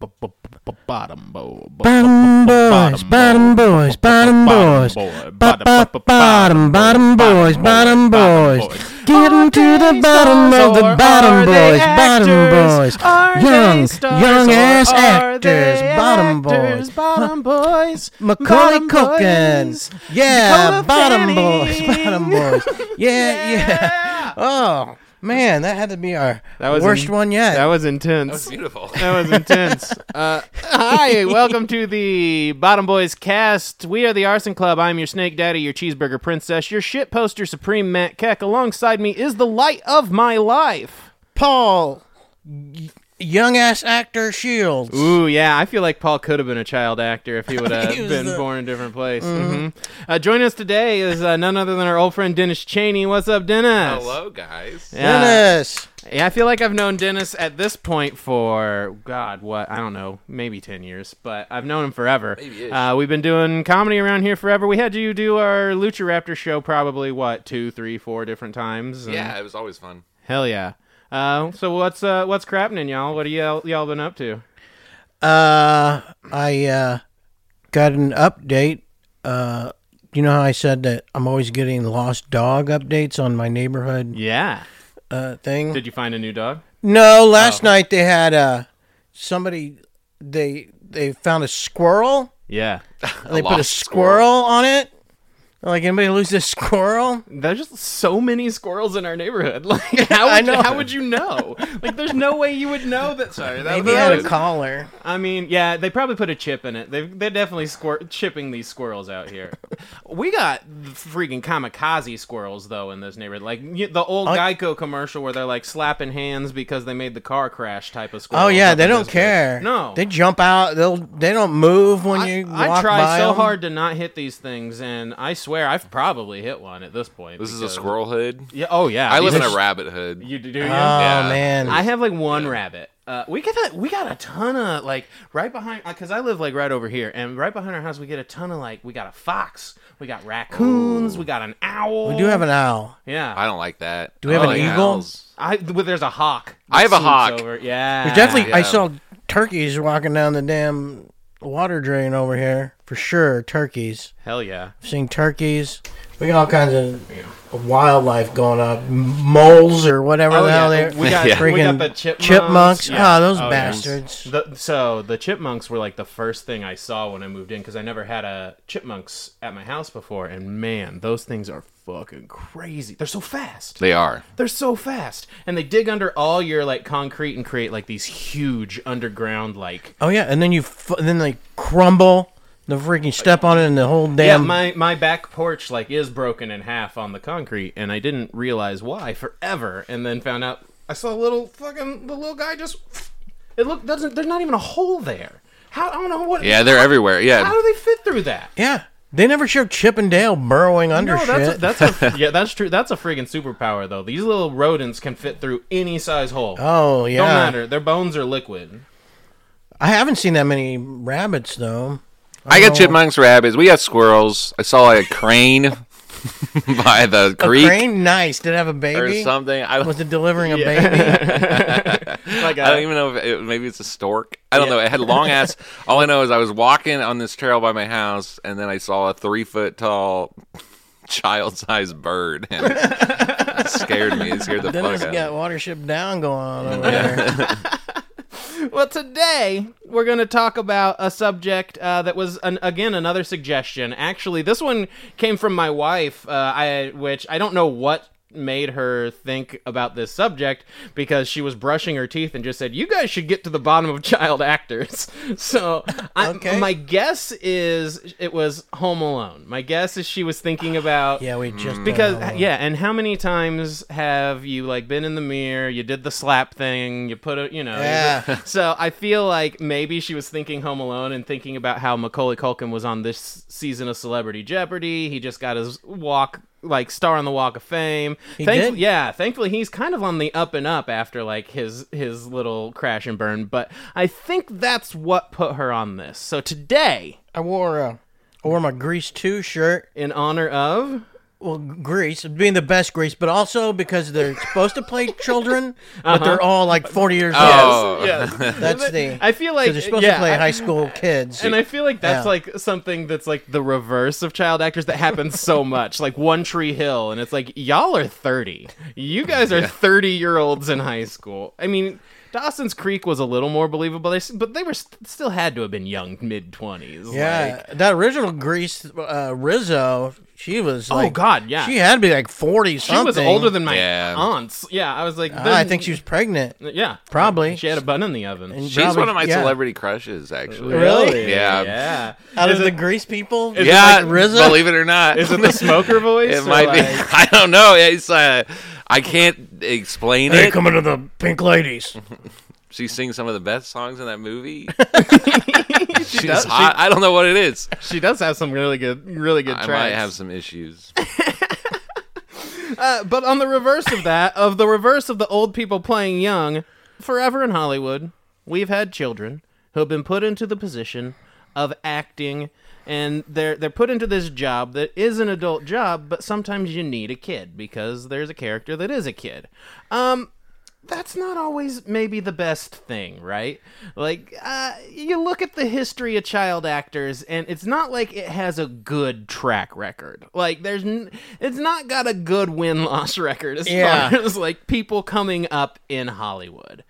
Bottom boy. Bottom boys, bottom boys, bottom boys, bottom bottom boys, bottom boys. Getting to the bottom of the bottom boys, bottom boys. Young, young ass actors, bottom boys. Bottom boys. Macaulay Bottom boys. Culkin, yeah, Dakota bottom boys, Fanning. bottom boys, yeah, yeah. Oh man, that had to be our That was worst in- one That yet. was intense. That was beautiful. That was intense. Uh, hi, welcome to the Bottom Boys cast. We are the Arson Club. I'm your Snake Daddy, your Cheeseburger Princess, your Shit Poster Supreme Matt Keck. Alongside me is the light of my life. Paul, y- young ass actor Shields. Ooh, yeah. I feel like Paul could have been a child actor if he would have He was Mm-hmm. been the- born in a different place. Mhm. Uh, join us today is uh, none other than our old friend Dennis Cheney. What's up, Dennis? Hello, guys. Yeah. Dennis. Yeah, I feel like I've known Dennis at this point for God, what I don't know, maybe ten years, but I've known him forever. Maybe-ish. Uh, we've been doing comedy around here forever. We had you do our Lucha Raptor show probably what two, three, four different times. and- Yeah, it was always fun. hell yeah. Uh, so what's uh, what's crapping, y'all? What are y'all y'all been up to? Uh, I uh, got an update. Uh, you know how I said that I'm always getting lost dog updates on my neighborhood Yeah, uh, thing? did Oh. you find a new dog? no, last night they had uh, somebody they they found a squirrel. Yeah, They put a lost squirrel, on it. Like anybody lose this squirrel? there's just so many squirrels in our neighborhood. Like, how would, I know. how would you know? Like, there's no way you would know that. Sorry, that Maybe was, I that had was a collar. I mean, yeah, they probably put a chip in it. They they're definitely squir- chipping these squirrels out here. we got freaking kamikaze squirrels though in this neighborhood. Like y- the old I- Geico commercial where they're like slapping hands because they made the car crash type of squirrel. oh yeah, they don't care. No. they jump out. They'll they don't move when I, you walk I try by so 'em. hard to not hit these things, and I swear I've probably hit one at this point. This is a because- squirrel hood. Yeah. Oh yeah. I live in a This- rabbit hood. You do. You? Oh Yeah. man, I have like one rabbit. Uh, we get a, we got a ton of like right behind because I live like right over here, and right behind our house we get a ton of like we got a fox, we got raccoons, we got an owl. we do have an owl. yeah. I don't like that. Do we have I an like eagle? owls. I, well, there's a hawk. I have that a swoops hawk. Over. Ah, Yeah, There's definitely. I yeah. saw turkeys walking down the damn water drain over here for sure. Turkeys. hell yeah. I've seen turkeys. We got all kinds of wildlife going on. M- Moles or whatever the hell they're. Oh, we got Yeah. we got Freaking the chipmunks. chipmunks. Yeah. Oh, those yeah. bastards. The, so the chipmunks were like the first thing I saw when I moved in because I never had a chipmunks at my house before, and man, those things are fucking crazy. They're so fast. They are. They're so fast, and they dig under all your like concrete and create like these huge underground like. Oh yeah, and then you f- then they crumble. The freaking step on it and the whole Yeah, damn. my my back porch like is broken in half on the concrete, and I didn't realize why forever, and then found out I saw a little fucking the little guy just. It look doesn't. There's not even a hole there. How I don't know what. Yeah, they're everywhere. How Yeah. do they fit through that? yeah. They never show Chip and Dale burrowing under No, shit. that's a, that's a, yeah, that's true. That's a friggin' superpower though. These little rodents can fit through any size hole. oh yeah. Don't matter. Their bones are liquid. I haven't seen that many rabbits though. I got chipmunks, rabbits. We got squirrels. I saw a crane by the A creek crane, nice. Did it have a or baby? something. I don't, Was it delivering a baby? Like I don't even know if it, maybe it's a stork. I don't know. It had long ass. All I know is I was walking on this trail by my house, and then I saw a three foot tall, child sized bird. And it scared me. It scared the Dennis fuck out. got of me. Watership Down going on over there. Well, today we're going to talk about a subject uh, that was, an, again, another suggestion. Actually, this one came from my wife, uh, I, which I don't know what made her think about this subject because she was brushing her teeth and just said, You guys should get to the bottom of child actors. So, I, Okay. my guess is it was Home Alone. My guess is she was thinking about. Yeah, we just Mm. Because done that one. yeah, and how many times have you like been in the mirror? You did the slap thing. You put a you know. you Yeah. did- so I feel like maybe she was thinking Home Alone and thinking about how Macaulay Culkin was on this season of Celebrity Jeopardy. He just got his walk like star on the Walk of Fame. He Thankful- did? Yeah, thankfully he's kind of on the up and up after like his his little crash and burn. But I think that's what put her on this. So today, I wore a, I wore my Grease Two shirt in honor of well, Greece being the best Greece, but also because they're supposed to play children, Uh-huh. but they're all like forty years old. Oh. Yes, yes. That's the. I feel like because they're supposed yeah, to play I- high school kids. And I feel like that's Yeah. like something that's like the reverse of child actors that happens so much. Like One Tree Hill, and it's like y'all are thirty. You guys are thirty year olds in high school. I mean, Dawson's Creek was a little more believable, they s- but they were st- still had to have been young, mid twenties. yeah, that original Greece uh, Rizzo, she was. Like, Oh, God, yeah. she had to be like forty she something. was older than my Yeah. aunts. Yeah, I was like, Ah, there's- I think she was pregnant. Yeah, Probably. She had a bun in the oven. And She's probably- one of my yeah. celebrity crushes, actually. Really? Yeah. yeah. Out of Is the it- Greece people, is it Yeah, like RZA? believe it or not. Is it the smoker voice? It or might be. like- I don't know. It's uh, I can't explain it. coming to the pink ladies. She sings some of the best songs in that movie. She's hot. I don't know what it is. She does have some really good, really good I tracks. might have some issues. Uh, but on the reverse of that, of the reverse of the old people playing young, forever in Hollywood, we've had children who have been put into the position of acting, and they're they're put into this job that is an adult job, but sometimes you need a kid because there's a character that is a kid. Um, that's not always maybe the best thing, right? Like, uh, you look at the history of child actors, and it's not like it has a good track record. Like, there's, n- it's not got a good win loss record as Yeah. far as like people coming up in Hollywood.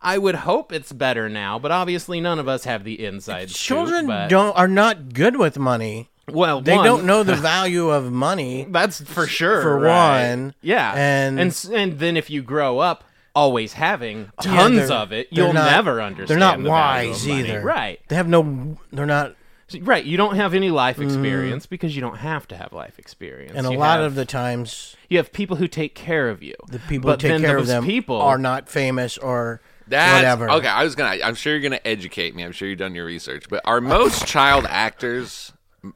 I would hope it's better now, but obviously none of us have the inside. scoop, Children but- don't are not good with money. Well, They one, don't know the value of money. That's for sure. for right? one, Yeah. and- and s- and then if you grow up always having tons they're- of it, they're you'll not- never understand. They're not the value of wise money. either. Right. They have no. They're not. Right. You don't have any life experience because you don't have to have life experience. Mm-hmm. And a You lot have- of the times, you have people who take care of you. the people who but take then care of those them people are not famous or That's whatever. okay. I was gonna. I'm sure you're gonna educate me. I'm sure you've done your research. But are most child actors?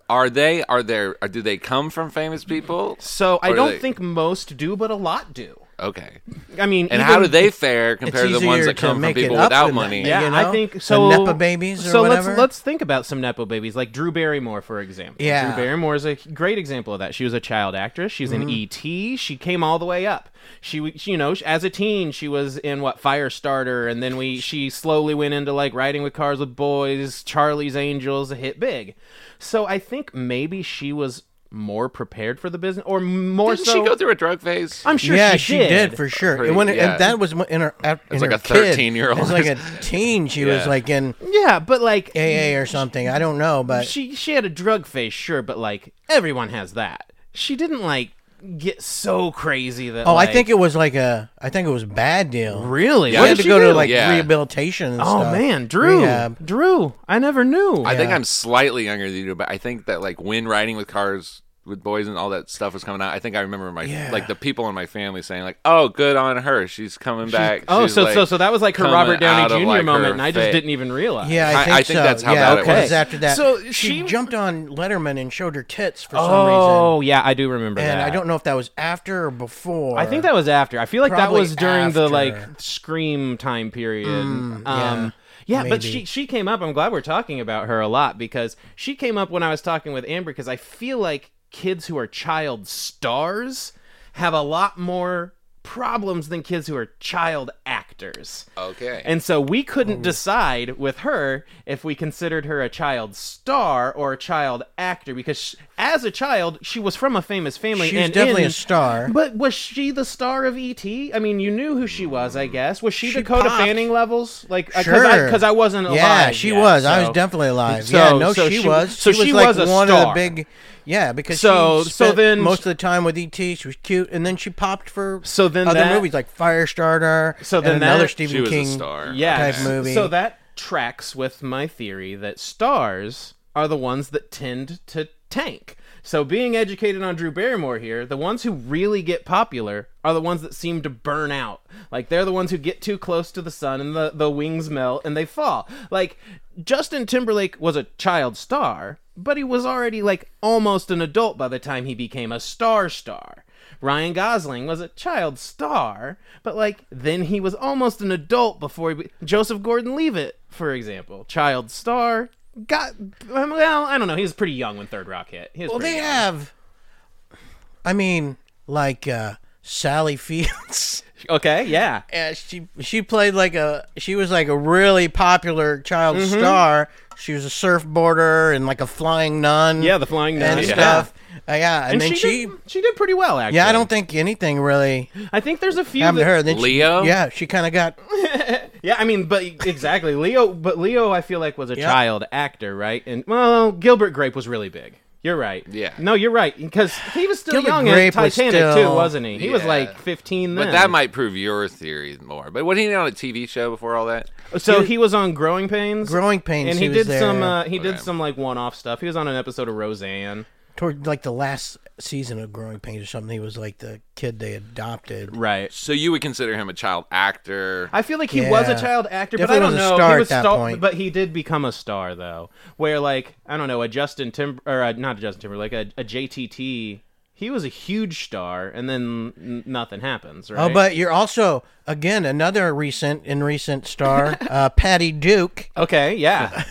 Are they? Are there? Are, do they come from famous people? So I Or don't they- think most do, but a lot do. Okay. I mean, And how do even- they fare compared to the easier ones that to come from make it people up without than that. money? Yeah, you know? I think The so. Nepa babies or so whatever. let's let's think about some nepo babies, like Drew Barrymore, for example. Yeah. Mm-hmm. Drew Barrymore is a great example of that. She was a child actress. She's in E.T. She came all the way up. She, w- she, you know, as a teen, she was in what Firestarter, and then we she slowly went into like Riding with Cars with Boys, Charlie's Angels, a hit big. So I think maybe she was more prepared for the business, or more Didn't so. she go through a drug phase? I'm sure yeah, she, did. for sure. Pretty- and when it- yeah. and that was in her, at, in like her a kid. 13-year-old. It was like a teen. She was Yeah. like in Yeah, but like AA or something. I don't know, but she she had a drug face, sure, but like everyone has that. She didn't like get so crazy that. oh, I think it was like a. I think it was a bad deal. really. Yeah, What I had to did she go do? to like Yeah. rehabilitation. And Oh stuff. man, Drew, Rehab. Drew, I never knew. I think Yeah. I'm slightly younger than you, but I think that like when riding with cars with boys and all that stuff was coming out, I think I remember my like the people in my family saying like, "Oh, good on her, she's coming back." oh, She's, so like, so so that was like her coming Robert out Downey of, Jr. like, her moment, and I just phase." didn't even realize. Yeah, I- I think, I think so. that's how yeah, bad it because was. After that, So she, she- jumped on Letterman and showed her tits for some reason. Oh yeah, I do remember And that. I don't know if that was after or before. I think that was after. I feel like that Probably was during the after. Mm, like Scream time period. um, yeah, but maybe. she she came up. I'm glad we're talking about her a lot because she came up when I was talking with Amber because I feel like kids who are child stars have a lot more problems than kids who are child actors. okay. And so we couldn't Oh. decide with her if we considered her a child star or a child actor because sh as a child she was from a famous family. She was and definitely in- a star. But was she the star of ET? I mean, you knew who she was, I guess. Was she, Dakota popped. Fanning levels? Like, because Sure. I, uh, 'cause I wasn't alive. Yeah, she yet, was. I was so- definitely alive. So- yeah, no, so she, she- was. so she she was, was like a one of the star. big. Yeah, because So- she so spent then- most of the time with ET, she was cute, and then she popped for So then other that- movies like Firestarter. So then and another that- Stephen she was King a star. yeah, type s- movie. So that tracks with my theory that stars are the ones that tend to tank. So being educated on Drew Barrymore here, the ones who really get popular are the ones that seem to burn out. Like they're the ones who get too close to the sun and the, the wings melt and they fall. Like Justin Timberlake was a child star, but he was already like almost an adult by the time he became a star star. Ryan Gosling was a child star, but like then he was almost an adult before he be- Joseph Gordon-Levitt, for example, child star. Got well, I don't know. He was pretty young when Third Rock hit. He was Well, pretty they young. have I mean, like uh, Sally Fields. Okay, yeah. Yeah, she she played like a she was like a really popular child Mm-hmm. star. She was a surfboarder and like a flying nun. Yeah, the flying nun. and Yeah. stuff. Uh, yeah, and, And, then she, she, did, she did pretty well actually. yeah, I don't think anything really I think there's a few happened that- to her. Then she- Leo? yeah, she kind of got Yeah, I mean, but exactly. Leo, but Leo I feel like was a Yeah. child actor, right? And well, Gilbert Grape was really big. You're right. Yeah. No, you're right because he was still Gilbert young Grape in was Titanic too, still- wasn't he? He was Yeah. like 15 then. But that might prove your theory more. But wasn't he on a TV show before all that? So he was on Growing Pains. growing pains. and he, was did there some uh, he did Okay. some like one-off stuff. He was on an episode of Roseanne. toward like the last season of Growing Pains or something. He was like the kid they adopted. Right. So you would consider him a child actor. I feel like he was a Yeah. child actor, but I Definitely don't was a know. star he at was that star- point. but he did become a star though. Where like I don't know, a Justin Tim or a, not a Justin Timberlake, a, a JTT. He was a huge star, and then n- nothing happens. Right? Oh, but you're also again another recent in recent star, uh, Patty Duke. okay, yeah,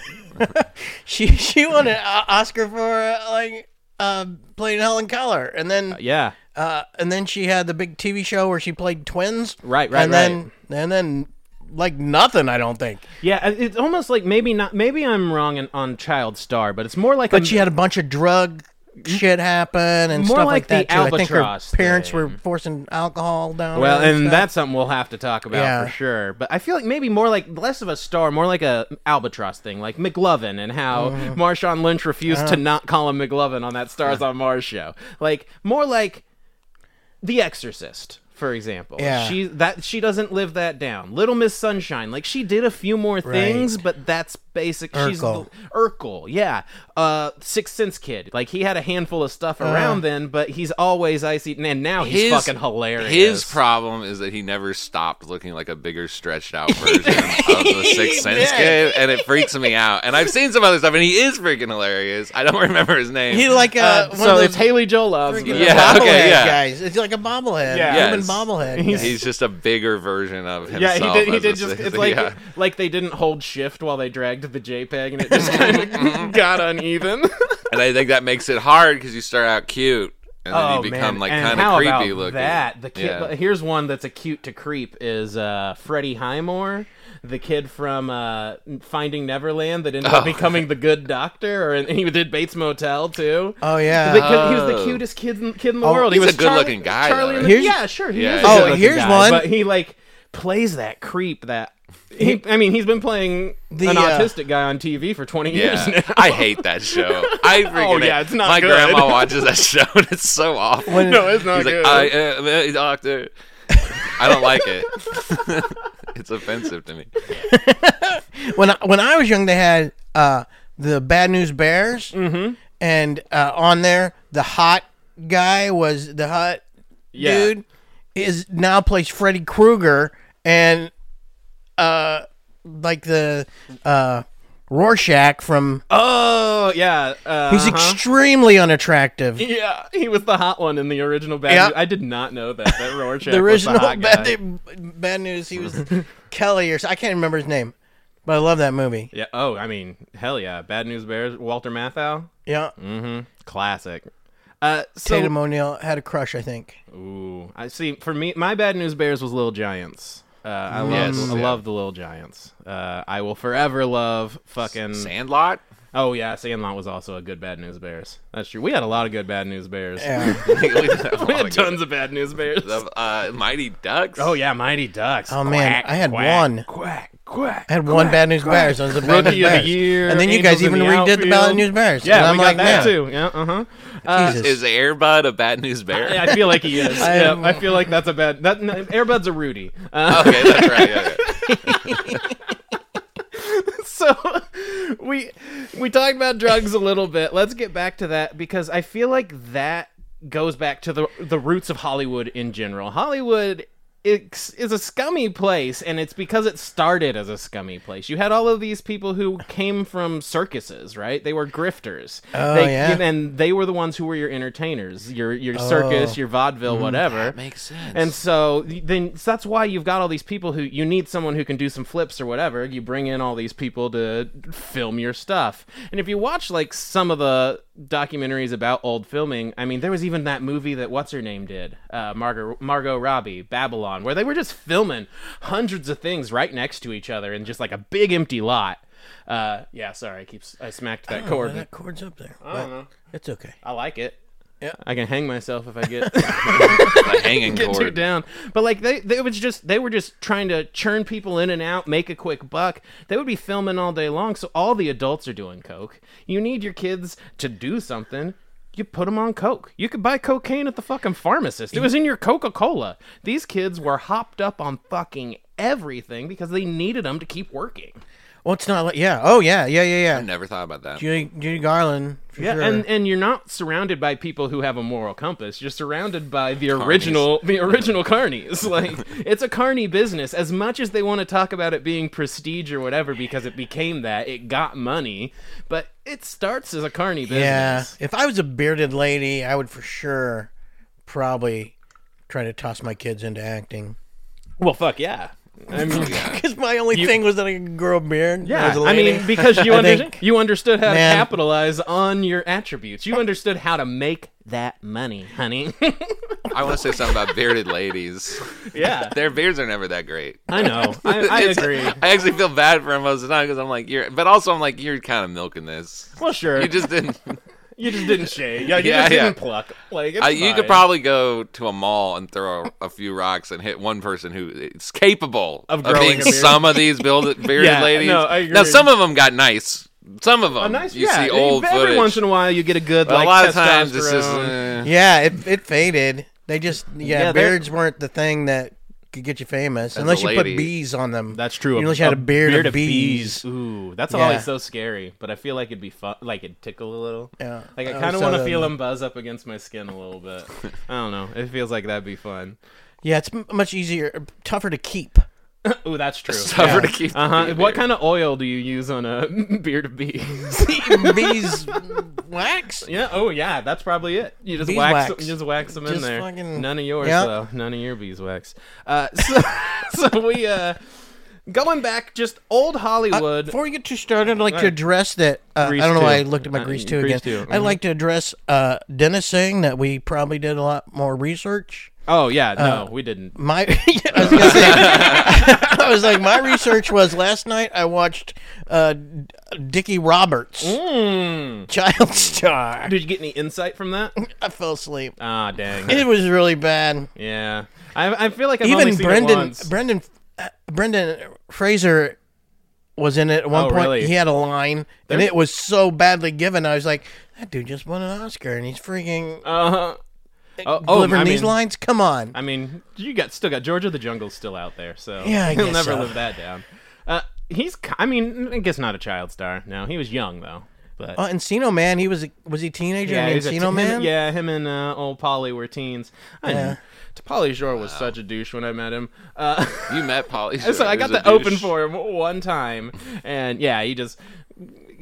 She she won an O- Oscar for uh, like uh, playing Helen Keller, and then yeah, uh, and then she had the big TV show where she played twins. Right, right, and then and then like nothing. I don't think. yeah. it- It's almost like maybe not. Maybe I'm wrong in, on child star, but it's more like But a, she had a bunch of drug shit happen and Mm-hmm. More stuff like like, the that. too. I think her Albatross parents thing. were forcing alcohol down. Well, her and, and stuff. that's something we'll have to talk about Yeah. for sure. But I feel like maybe more like less of a star, more like a albatross thing, like McLovin and how Mm-hmm. Marshawn Lynch refused Uh-huh. to not call him McLovin on that Stars on Mars show. Like more like The Exorcist, for example. Yeah. She that she doesn't live that down. Little Miss Sunshine, like she did a few more things, but that's basic. She's Urkel. Urkel, yeah. Uh Sixth Sense Kid. Like he had a handful of stuff Uh-huh. around then, but he's always icy and now he's fucking hilarious. His problem is that he never stopped looking like a bigger, stretched out version of the Sixth Sense kid, and it freaks me out. And I've seen some other stuff, and he is freaking hilarious. I don't remember his name. he like uh, one so of those it's Haley Joel Osment. freaking Yeah. bobblehead okay, yeah. guys. It's like a bobblehead, Yeah. human Yes. bobblehead. guy. He's just a bigger version of Yeah, himself. he did. He as did a just. sixth- It's like yeah. like they didn't hold shift while they dragged the JPEG, and it just kind of got uneven. and I think that makes it hard because you start out cute, and then oh you become man! like and kind how of creepy about looking. that? The kid. Yeah. Here's one that's a cute to creep is uh, Freddie Highmore, the kid from uh, Finding Neverland that Oh. ended up becoming the good doctor, or and he did Bates Motel too. Oh yeah. Oh, The kid- he was the Oh. cutest kid in, kid in the world. he he's was a good-looking Charlie- guy, Charlie though, in the- right? yeah, sure. He Yeah, is. he's a a good-looking Oh, here's guy, one. But he like plays that creep that. He, I mean, he's been playing The, an uh, autistic guy on TV for 20 years Yeah, now. I hate that show. I freaking Oh, yeah, hate- it's not My good. grandma watches that show, and it's so awful. no, it's not He's good. like, I am a doctor. I don't like it. it's offensive to me. when I, when I was young, they had uh, the Bad News Bears, mm-hmm. and uh, on there, the hot guy was the hot Yeah. dude is now plays Freddy Krueger and uh, like the uh, Rorschach from. oh yeah, uh, He's extremely unattractive. yeah. He was the hot one in the original Bad. Yeah. News. I did not know that. That Rorschach the original was the hot guy. bad, bad news. He was Kelly or so- I can't remember his name, but I love that movie. Yeah. Oh, I mean, hell yeah. Bad News Bears. Walter Matthau. Yeah, Mm-hmm. Classic. Uh, so, Tatum O'Neill had a crush, I think. Ooh, I see. For me, my bad news bears was Little Giants. Uh, I Mm. love, Yes, I yeah. love the Little Giants. Uh, I will forever love fucking. Sandlot. Oh yeah, Sandlot was also a good Bad News Bears. That's true. We had a lot of good Bad News Bears. Yeah. we have We had tons of Bad News Bears. of uh, Mighty Ducks. Oh yeah, Mighty Ducks. Oh man, Quack, I had quack, one. Quack quack. I had one bad news bears. I was a bad Rookie news of the bears. year. and then you Angels guys in even the redid the bad outfield. news bears. and Yeah, we I'm got like, that man, too. Yeah, uh-huh. Uh, Jesus. Is Airbud a bad news bear? I feel like he is. I Yeah, am- I feel like that's a bad. That no, Airbud's a Rudy. Uh, okay, that's right. Yeah, yeah. so we we talked about drugs a little bit. Let's get back to that because I feel like that goes back to the the roots of Hollywood in general. Hollywood it's, is a scummy place and it's because it started as a scummy place. You had all of these people who came from circuses, right? They were grifters. Oh, They- yeah. And they were the ones who were your entertainers, your your circus, your vaudeville, whatever. Makes sense. And so then so that's why you've got all these people who you need someone who can do some flips or whatever. You bring in all these people to film your stuff. And if you watch like some of the documentaries about old filming, I mean, there was even that movie that what's her name did, uh, Margot Margot Robbie, Babylon, where they were just filming hundreds of things right next to each other in just like a big empty lot. Uh, yeah, sorry, I keep I smacked that Well, cord. that cord's up there. I It's okay. I like it. Yeah. I can hang myself if I get The hanging get too cord. down. But like they, they was just they were just trying to churn people in and out, make a quick buck. They would be filming all day long, so all the adults are doing coke. You need your kids to do something. You put them on coke. You could buy cocaine at the fucking pharmacist. It was in your Coca Cola. These kids were hopped up on fucking everything because they needed them to keep working. Well, it's not like yeah. Oh yeah, yeah, yeah, yeah. Never thought about that. Judy, Judy Garland. For Yeah, sure. and and you're not surrounded by people who have a moral compass. You're surrounded by the original the original carnies. Like it's a carny business. As much as they want to talk about it being prestige or whatever, because it became that, it got money, but it starts as a carny yeah. business. If I was a bearded lady, I would for sure probably try to toss my kids into acting. Well, fuck yeah. I mean, Because my only thing was that I could grow a beard. when I yeah. was a I lady. mean, because you I understood think- you understood how Man. to capitalize on your attributes. You understood how to make that money, honey. I want to say something about bearded ladies. yeah, Their beards are never that great. I know. I, I It's- agree. I actually feel bad for him most of the time because I'm like, you're, but also I'm like, you're kind of milking this. Well, sure. You just didn't. You just didn't shave. Yeah, you Yeah, just yeah. didn't pluck. Like it's I, you could fine. probably go to a mall and throw a, a few rocks and hit one person who is capable Of of, growing being a beard. some of these build, bearded Yeah, ladies. no, I Now agree. some of them got nice. Some of them A nice, you yeah. see old every footage. once in a while, you get a good But like a lot of testosterone. times it's just. eh. yeah, it, it faded. They just yeah, Yeah, they're- beards weren't the thing that could get you famous a unless you put lady. bees on them. that's true. Unless you had a beard, of bees. Ooh, that's Yeah. always so scary. But I feel like it'd be fun. Like it'd tickle a little. Yeah. Like I Oh, kind of so want to then- feel them buzz up against my skin a little bit. I don't know. It feels like that'd be fun. Yeah, it's m- much easier, er, tougher to keep. Ooh, that's true. Tougher to keep. Uh huh. than What beard. kind of oil do you use on a beard of bees? bees wax. yeah. Oh, yeah. That's probably it. You just wax. Beeswax. You just wax them in Just there. fucking- None of yours Yeah. though. None of your beeswax. Uh, so, so we uh, going back just old Hollywood. Before we get too started, I'd like to Right. address that. Uh, Grease I don't know why I two. looked at my Uh, Grease 2 Grease again. two, I'd mhm. like to address uh, Dennis saying that we probably did a lot more research. oh yeah. uh, No, we didn't. My, I, was gonna say, I was like, my research was last night I watched uh, D- Dickie Roberts, Mm. Child Star. Did you get any insight from that? I fell asleep. Ah, dang. It was really bad. Yeah. I, I feel like I've only Even seen it Brendan, once. Brendan, uh, Brendan Fraser was in it at one Oh, point. really? He had a line, and it was so badly given. I was like, that dude just won an Oscar, and he's freaking uh-huh. Oh, oh, delivering I these mean- lines. Come on. I mean, you got still got Georgia the Jungle's still out there, so Yeah, I he'll guess never so. live that down. Uh, he's, ki- I mean, I guess not a child star. No, he was young though. But Oh, Encino Man. He was a, was he a teenager in he's a Encino t- Man? Him, yeah, him and uh, old Polly were teens. I yeah. Polly Shore was such a douche when I met him. Uh, You met Polly. so Shore. I He got was a to open douche. for him one time, and yeah, he just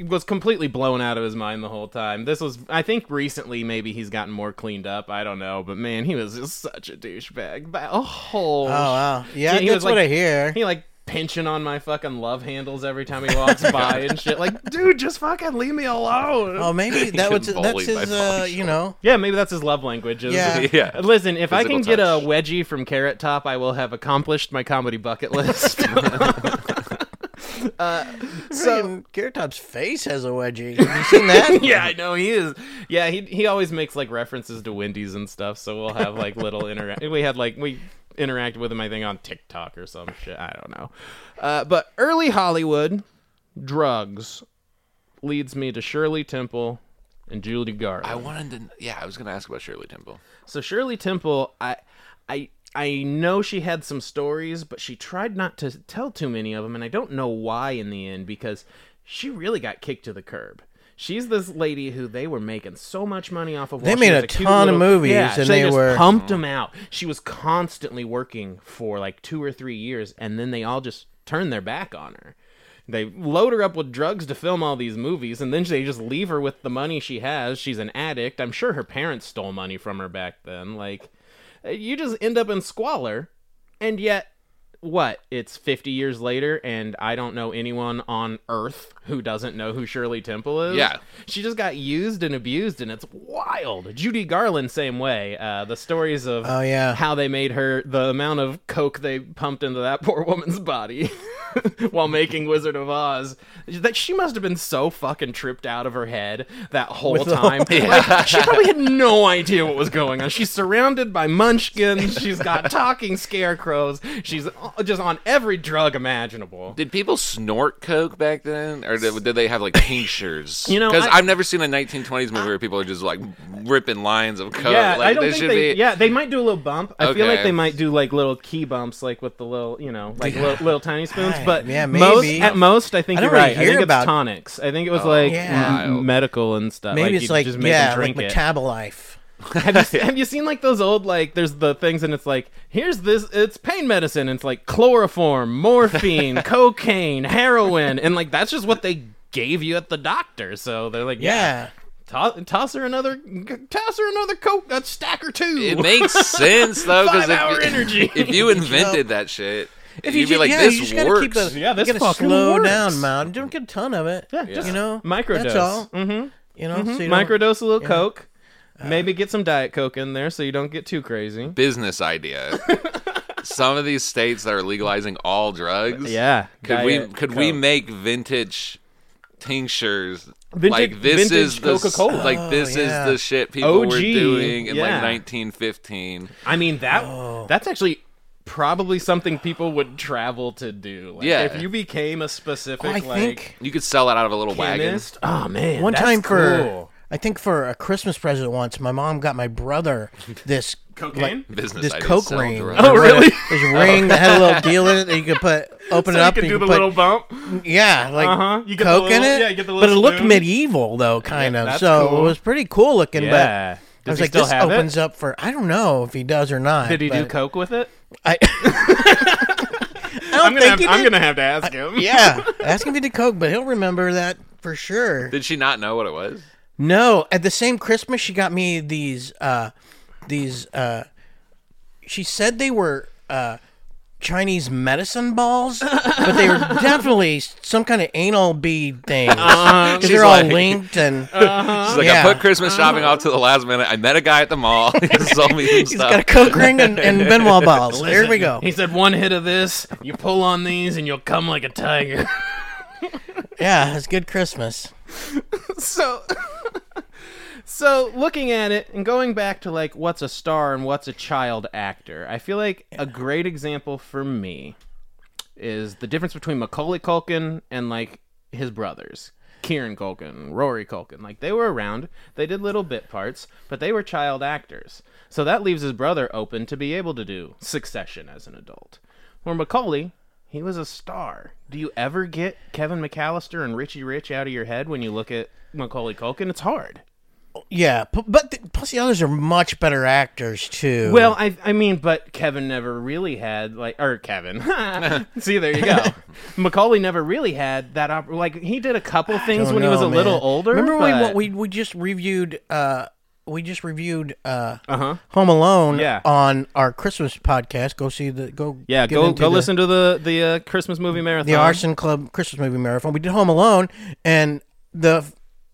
was completely blown out of his mind the whole time. This was, I think, recently maybe he's gotten more cleaned up. I don't know, but man, he was just such a douchebag. But a whole Oh wow. Yeah, he that's was, what like- I hear. He like pinching on my fucking love handles every time he walks by and shit. Like, dude, just fucking leave me alone. Oh, maybe that was getting that's bullied by his. Polly Uh, you know. yeah, maybe that's his love language. is- uh, Yeah. Yeah. Listen, if I can Physical get a touch. wedgie from Carrot Top, I will have accomplished my comedy bucket list. So Carrot Top's face has a wedgie. Have you seen that? yeah, I know he is. Yeah, he he always makes like references to Wendy's and stuff. So we'll have like little interact. we had like we interacted with him, I think, on TikTok or some shit. I don't know. Uh, but early Hollywood drugs leads me to Shirley Temple and Judy Garland. I wanted to. Yeah, I was going to ask about Shirley Temple. So Shirley Temple, I, I, I know she had some stories, but she tried not to tell too many of them, and I don't know why in the end because she really got kicked to the curb. She's this lady who they were making so much money off of. They while she made was a cute ton of little- movies, yeah, and they they just were- pumped them out. She was constantly working for like two or three years, and then they all just turned their back on her. They load her up with drugs to film all these movies, and then they just leave her with the money she has. She's an addict. I'm sure her parents stole eh, money from her back then. Like, you just end up in squalor, and yet what it's 50 years later and i don't know anyone on earth who doesn't know who shirley temple is Yeah. she just got used and abused and it's wild judy garland same way uh, the stories of Oh, yeah. how they made her the amount of coke they pumped into that poor woman's body while making wizard of oz that she must have been so fucking tripped out of her head that whole time Like, she probably had no idea what was going on she's surrounded by munchkins she's got talking scarecrows she's just on every drug imaginable Did people snort coke back then, or did, did they have like tinctures? You know, because I- I've never seen a 1920s movie where people are just like ripping lines of coke. yeah, like, I don't they think should they. be. Yeah, they might do a little bump. I feel like Okay. they might do like little key bumps, like with the little, you know, like little, little tiny spoons. Right, But yeah, most maybe. at most, I think I you're don't right. really I hear think it's about- Oh, tonics. I think it was like yeah. m- medical and stuff. Maybe like, it's you like just make yeah, them drink like it. metabolife. have, you, have you seen like those old like? There's the things, and it's like here's this. It's pain medicine. And it's like chloroform, morphine, cocaine, heroin, and like that's just what they gave you at the doctor. So they're like, yeah, Yeah. to- toss her another, toss her another coke, a stack or two. It makes sense though, because Five hour energy. if, if you invented that shit, If you'd ju- be like, yeah, you "This just gotta keep works." the, Yeah, this you gotta fucking slow works. down, man. Don't get a ton of it. Yeah, just you know, microdose. That's all. Mm-hmm. You know, Uh, so you don't- Microdose a little Coke. Maybe get some Diet Coke in there so you don't get too crazy. Business idea. Some of these states that are legalizing all drugs. Yeah. Could Diet we could we Coke. make vintage tinctures? Vintage- like this is vintage the s- Coca-Cola. like this yeah. is the shit people were OG, doing in yeah. like 1915. I mean that Oh. that's actually probably something people would travel to do. Like, Yeah. If you became a specific Oh, I like think You could sell it out of a little wagon. chemist. Oh man. one that's time for cool. I think for a Christmas present once, my mom got my brother this cocaine? Business this idea, coke sell ring. drugs. Oh, really? This ring that had a little deal in it that you could put open it you up could and do the put little bump. yeah like Uh-huh. You get the coke in little- it. yeah, you get the but it little looked spoon. medieval though, kind of. that's So cool. it was pretty cool looking. Yeah. But I Does was he like, still this have opens it? up for I don't know if he does or not. Did he do but Coke with it? I, I don't I'm gonna think have, he I'm did. gonna have to ask him. Yeah, ask him if he did coke, but he'll remember that for sure. Did she not know what it was? No, at the same Christmas she got me these uh these uh she said they were uh Chinese medicine balls, but they were definitely some kind of anal bead thing. Because She's they're all like- linked and She's like, Yeah. Uh-huh. I put Christmas shopping off to the last minute. I met a guy at the mall. He sold me some he's got a stuff. coke ring and, and Benoit balls. There we go. He said one hit of this, you pull on these and you'll come like a tiger. Yeah, it's good Christmas. so so looking at it and going back to like what's a star and what's a child actor i feel like a great example for me is the difference between macaulay culkin and like his brothers kieran culkin rory culkin like they were around they did little bit parts but they were child actors so that leaves his brother open to be able to do succession as an adult where macaulay he was a star. Do you ever get Kevin McAllister and Richie Rich out of your head when you look at Macaulay Culkin? It's hard. Yeah, p- but th- plus the others are much better actors too. Well, I I mean, but Kevin never really had like or Kevin. See, there you go. Macaulay never really had that op- like he did a couple things don't when he was know, a little Oh, man. older. Remember when but- we, we we just reviewed uh we just reviewed uh Uh-huh. Home Alone Yeah. on our Christmas podcast. Go see the go Yeah, get go into go the- listen to the the uh, Christmas movie marathon. the Arson Club Christmas movie marathon. We did Home Alone and the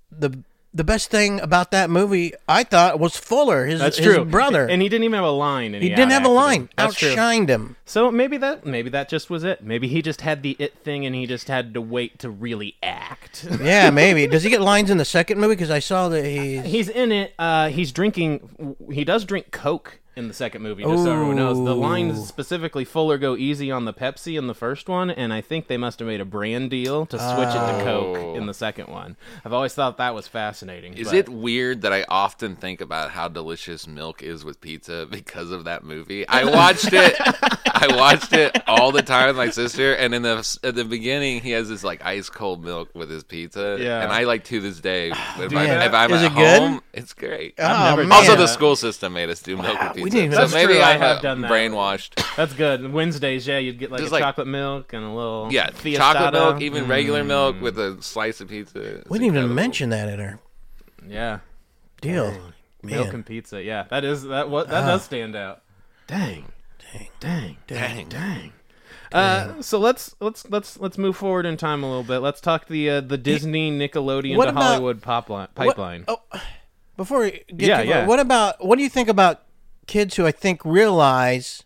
the the best thing about that movie I thought was Fuller, his, That's his true. brother. and he didn't even have a line. he didn't have a line. That's true. Outshined him. So maybe that maybe that just was it. Maybe he just had the it thing, and he just had to wait to really act. Yeah, maybe. Does he get lines in the second movie? Because I saw that he's He's in it. Uh, he's drinking. He does drink Coke in the second movie, just so everyone knows. The lines specifically Fuller go easy on the Pepsi in the first one, and I think they must have made a brand deal to switch Oh. it to Coke in the second one. I've always thought that was fascinating. Is but- it weird that I often think about how delicious milk is with pizza because of that movie? I watched it. I watched it all the time with my sister, and in the at the beginning, he has this like ice cold milk with his pizza. Yeah. and I like to this day. If, I'm, that? if I'm Is at it good? home, it's great. never Oh, done also, man. the school system made us do milk with we pizza, didn't even- so That's maybe true, I, I have uh, done that. brainwashed. That's good. Wednesdays, yeah, you'd get like Just a like- chocolate milk and a little Yeah, fiestada. chocolate milk, even regular milk with a slice of pizza. It's Mm. we didn't even incredible. mention that in our yeah, deal. milk Man. and pizza. Yeah, that is that what that does stand out. Ah. Dang, Dang. dang, Dang. dang. Uh, so let's let's let's let's move forward in time a little bit. Let's talk the uh, the Disney Nickelodeon What to about- Hollywood pop li- pipeline. What, oh, before we get Yeah, too far, yeah. what about what do you think about kids who I think realize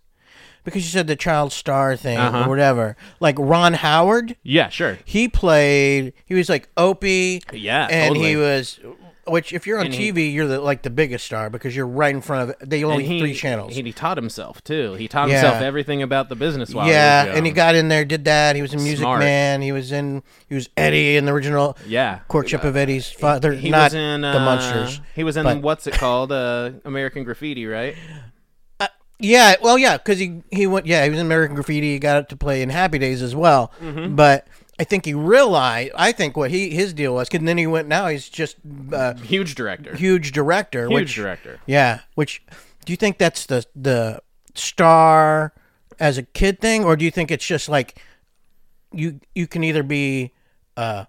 because you said the child star thing Uh-huh. or whatever, like Ron Howard, Yeah, sure. he played he was like Opie, Yeah, and totally. he was. Which, if you're on TV, you're the, like the biggest star because you're right in front of. They only And he, have Oh, three channels. He, he taught himself too. He taught Yeah. himself everything about the business. While yeah, he was and he young. got in there, did that. He was in Music Smart. Man. He was in. He was Eddie in the original. Yeah. Courtship of Eddie's father. He not was in the uh, monsters. He was in but- what's it called? Uh, American Graffiti, right? Yeah, well, yeah, because he he went. Yeah, he was in American Graffiti. He got up to play in Happy Days as well. But I think he realized. I think what he his deal was, 'cause then he went. Now he's just uh, Huge director. Huge, huge director. which, director. Yeah. Which do you think that's the the star as a kid thing, or do you think it's just like you you can either be uh,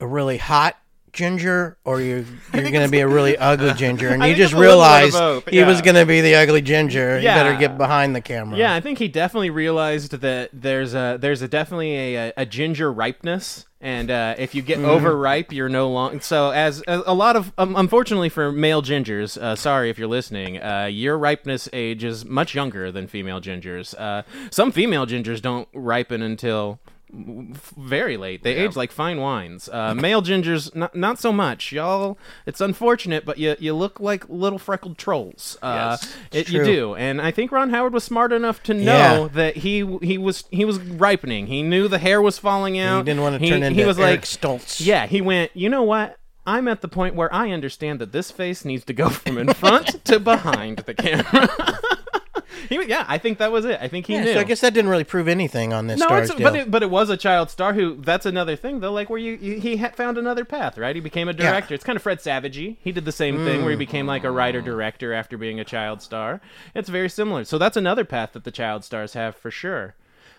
a really hot ginger or you you're gonna be a really ugly ginger and I you think it's just a little bit of realized both, he was yeah. gonna be the ugly ginger Yeah. you better get behind the camera Yeah, I think he definitely realized that there's a there's a definitely a, a, a ginger ripeness, and uh, if you get overripe, you're no long. So as a, a lot of um, unfortunately for male gingers, uh, sorry if you're listening, uh, your ripeness age is much younger than female gingers. Uh, some female gingers don't ripen until f- very late. They age like fine wines. Uh, male gingers, not, not so much. Y'all, it's unfortunate, but you you look like little freckled trolls. Uh, it, you true. do, and I think Ron Howard was smart enough to know Yeah. that he he was he was ripening. He knew the hair was falling out. he didn't want to He- turn into He was Eric like, Stoltz yeah. He went. You know what? I'm at the point where I understand that this face needs to go from in front to behind the camera. he, was- yeah, I think that was it. I think he Yeah, knew. so I guess that didn't really prove anything on this No, star's it's, deal. but it, but it was a child star who. That's another thing though. Like where you, you he ha- found another path, right? He became a director. It's kind of Fred Savagey. He did the same thing Mm. where he became like a writer director after being a child star. It's very similar. So that's another path that the child stars have for sure.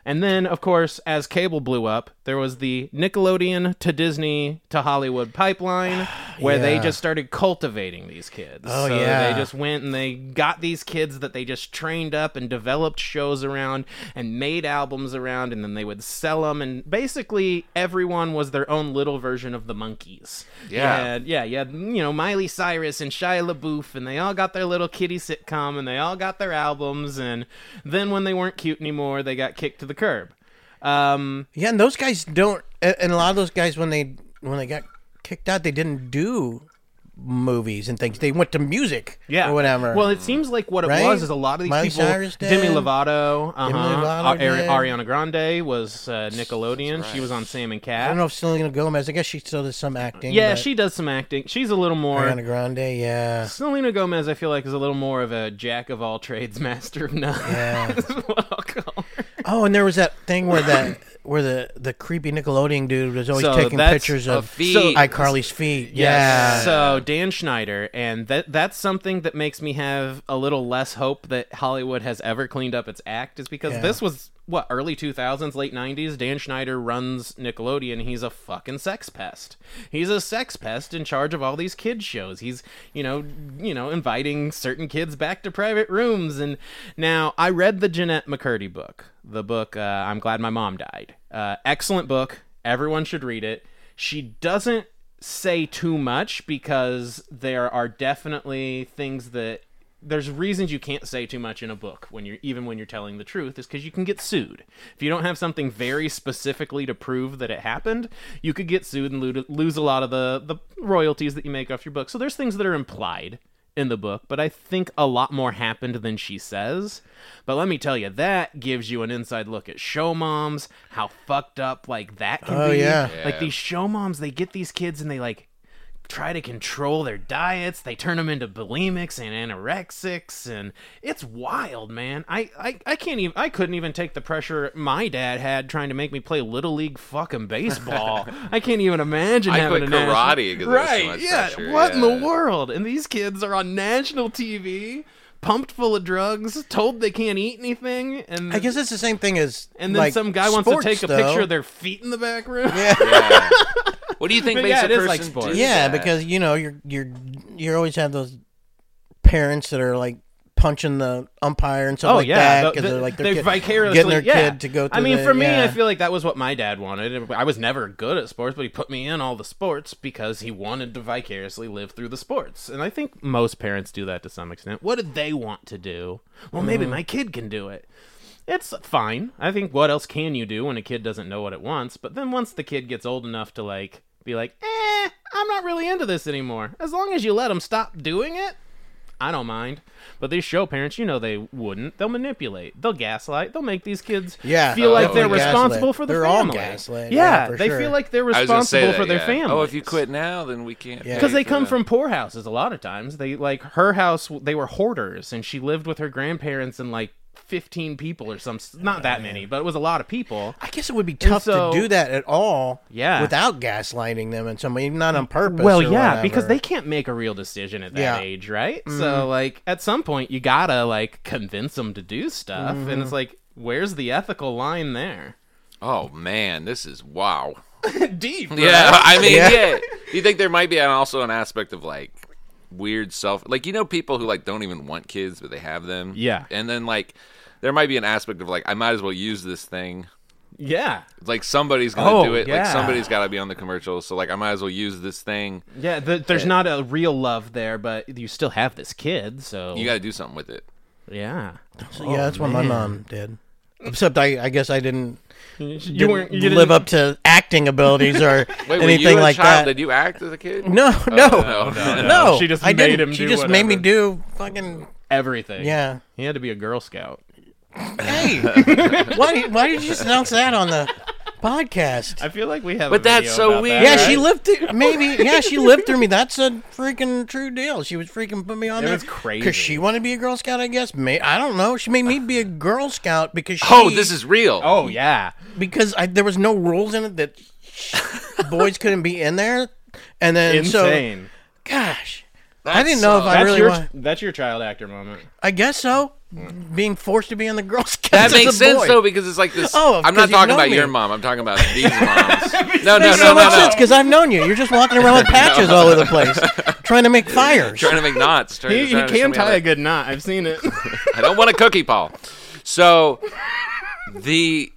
And then, of course, as cable blew up, there was the Nickelodeon to Disney to Hollywood pipeline, where they Yeah. just started cultivating these kids. Oh, so yeah. They just went and they got these kids that they just trained up and developed shows around and made albums around, and then they would sell them. And basically, everyone was their own little version of the monkeys. Yeah. And yeah, yeah. You know, Miley Cyrus and Shia LaBeouf, and they all got their little kitty sitcom and they all got their albums. And then when they weren't cute anymore, they got kicked to the curb. Um, yeah, and those guys don't. a- And a lot of those guys, when they when they got kicked out, they didn't do movies and things. They went to music, yeah. or whatever. Well, it seems like what it Right? was is a lot of these Miley people. Cyrus did. Demi Lovato, uh-huh. Lovato Ari- did. Ariana Grande was uh, Nickelodeon. She was on Sam and Cat. I don't know if Selena Gomez. I guess she still does some acting. Yeah, but she does some acting. She's a little more. Ariana Grande. Yeah, Selena Gomez, I feel like, is a little more of a jack of all trades, master of none. yeah. is what I'll call her. oh, and there was that thing where that where the the creepy Nickelodeon dude was always So taking that's pictures A of feat. So- iCarly's feet. Yes. Yeah. So Dan Schneider, and that that's something that makes me have a little less hope that Hollywood has ever cleaned up its act is because Yeah. this was what early 2000s late 90s dan schneider runs nickelodeon he's a fucking sex pest he's a sex pest in charge of all these kids shows he's you know you know inviting certain kids back to private rooms and now i read the jeanette mccurdy book the book uh, i'm glad my mom died uh, excellent book everyone should read it she doesn't say too much because there are definitely things that there's reasons you can't say too much in a book when you're even when you're telling the truth is because you can get sued if you don't have something very specifically to prove that it happened you could get sued and lo- lose a lot of the the royalties that you make off your book so there's things that are implied in the book but i think a lot more happened than she says but let me tell you that gives you an inside look at show moms how fucked up like that can Oh, be yeah. like these show moms, they get these kids and they like try to control their diets. They turn them into bulimics and anorexics, and it's wild, man. I, I, I can't even. I couldn't even take the pressure my dad had trying to make me play little league fucking baseball. I can't even imagine I having quit a national- karate 'cause there was too Right? much yeah. pressure, what in yeah. the world? And these kids are on national TV. Pumped full of drugs, told they can't eat anything, and I guess it's the same thing as and then like, some guy wants sports, to take a though. picture of their feet in the back room. Yeah. What do you think But makes yeah, a it is person like sports. do Yeah, that? because you know you're you're you always have those parents that are like punching the umpire and stuff Oh like yeah, that the- because the- they're like their they kid, vicariously getting their yeah. kid to go. Through I mean, the- for me, yeah. I feel like that was what my dad wanted. I was never good at sports, but he put me in all the sports because he wanted to vicariously live through the sports. And I think most parents do that to some extent. What do they want to do? Well, Mm. maybe my kid can do it. It's fine. I think what else can you do when a kid doesn't know what it wants? But then once the kid gets old enough to like be like, "Eh, I'm not really into this anymore." As long as you let them stop doing it, I don't mind. But these show parents, you know they wouldn't. They'll manipulate. They'll gaslight. They'll make these kids Yeah, feel like definitely they're responsible gaslit. for the They're all family. gaslit, yeah, Yeah, for they sure. feel like they're I was gonna say responsible that, for their yeah. family. Oh, if you quit now, then we can't. Yeah. pay Because they for come that. from poor houses a lot of times. They like her house. They were hoarders, and she lived with her grandparents and like fifteen people or some. Not that many, but it was a lot of people. I guess it would be tough so- to do that at all. Yeah. Without gaslighting them and somebody not on purpose. Well, or yeah, because whatever. they can't make a real decision at that Yeah. Mm-hmm. age, right? So like at some point you gotta like convince them to do stuff, and Mm-hmm. it's like where's the ethical line there? Oh man, this is wow. Deep. Yeah, I mean, Yeah. yeah. You think there might be an, also an aspect of like weird self, like you know, people who like don't even want kids but they have them. Yeah. and then like there might be an aspect of like I might as well use this thing. Yeah. Like somebody's gonna Oh, do it. Like yeah. somebody's got to be on the commercials. So like I might as well use this thing. Yeah. The, there's not a real love there, but you still have this kid, so You got to do something with it. yeah. So, yeah, that's what Oh, my mom did. Except I, I guess I didn't, You didn't weren't you didn't- live up to acting abilities or Wait, were anything you a like child? that. Did you act as a kid? No, no, no, no, no. no. Oh, She just I made didn't. him She do just made me whatever. do fucking. everything. Yeah. He had to be a Girl Scout. Hey, why? Why did you just announce that on the podcast? I feel like we have. But a that's video so about That, weird. yeah, right? she lived through. Maybe. Yeah, she lived through me. That's a freaking true deal. She was freaking put me on It there. was crazy. Because she wanted to be a Girl Scout, I guess. May I don't know. She made me be a Girl Scout because she, Oh, this is real. Oh yeah. because I, there was no rules in it that boys couldn't be in there, and then Insane. so gosh, I That didn't know if I that's really your wa- that's your child actor moment. I guess so. Being forced to be in the Girl Scouts. That as a makes sense boy. though because it's like this. Oh, Oh, I'm not 'cause you talking know about me. your mom. I'm talking about these moms. no, no, Makes so no, no, much no. sense because I've known you. You're just walking around with patches all over the place, trying to make fires. trying to make knots. Trying, He, he trying to can show me how tie to- a good knot. I've seen it. I don't want a cookie, Paul. So the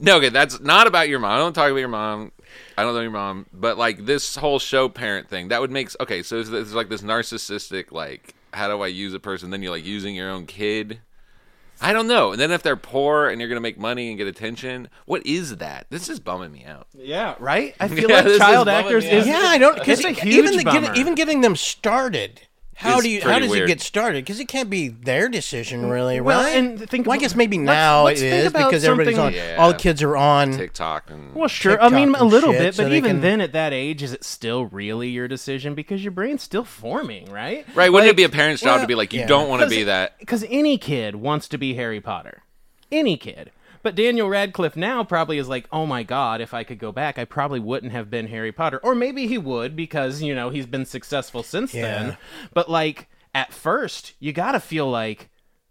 no, okay, that's not about your mom. I don't talk about your mom. I don't know your mom, but like this whole show parent thing that would make s- okay. So it's, it's like this narcissistic like, how do I use a person? Then you're like using your own kid. I don't know. And then if they're poor and you're gonna make money and get attention, what is that? This is bumming me out. yeah, right. I feel Yeah, like this is child bumming actors me is out. Yeah, I don't because It's a even huge the get, bummer. even getting them started. How It's do you? How pretty does it weird. get started? Because it can't be their decision, really, Mm, Well, right? and think well, I about- guess maybe let's- now let's it think is about because everybody's on. something- Yeah. All kids are on. TikTok and Well, sure. I TikTok mean, a and little shit, bit, so but they even can- then, at that age, is it still really your decision? Because your brain's still forming, right? right. Wouldn't it be a parent's job well, to be like, you yeah. don't want to be that? Because any kid wants to be Harry Potter. Any kid. But Daniel Radcliffe now probably is like, oh my God, if I could go back, I probably wouldn't have been Harry Potter. Or maybe he would because, you know, he's been successful since Yeah. then. But like, at first, you got to feel like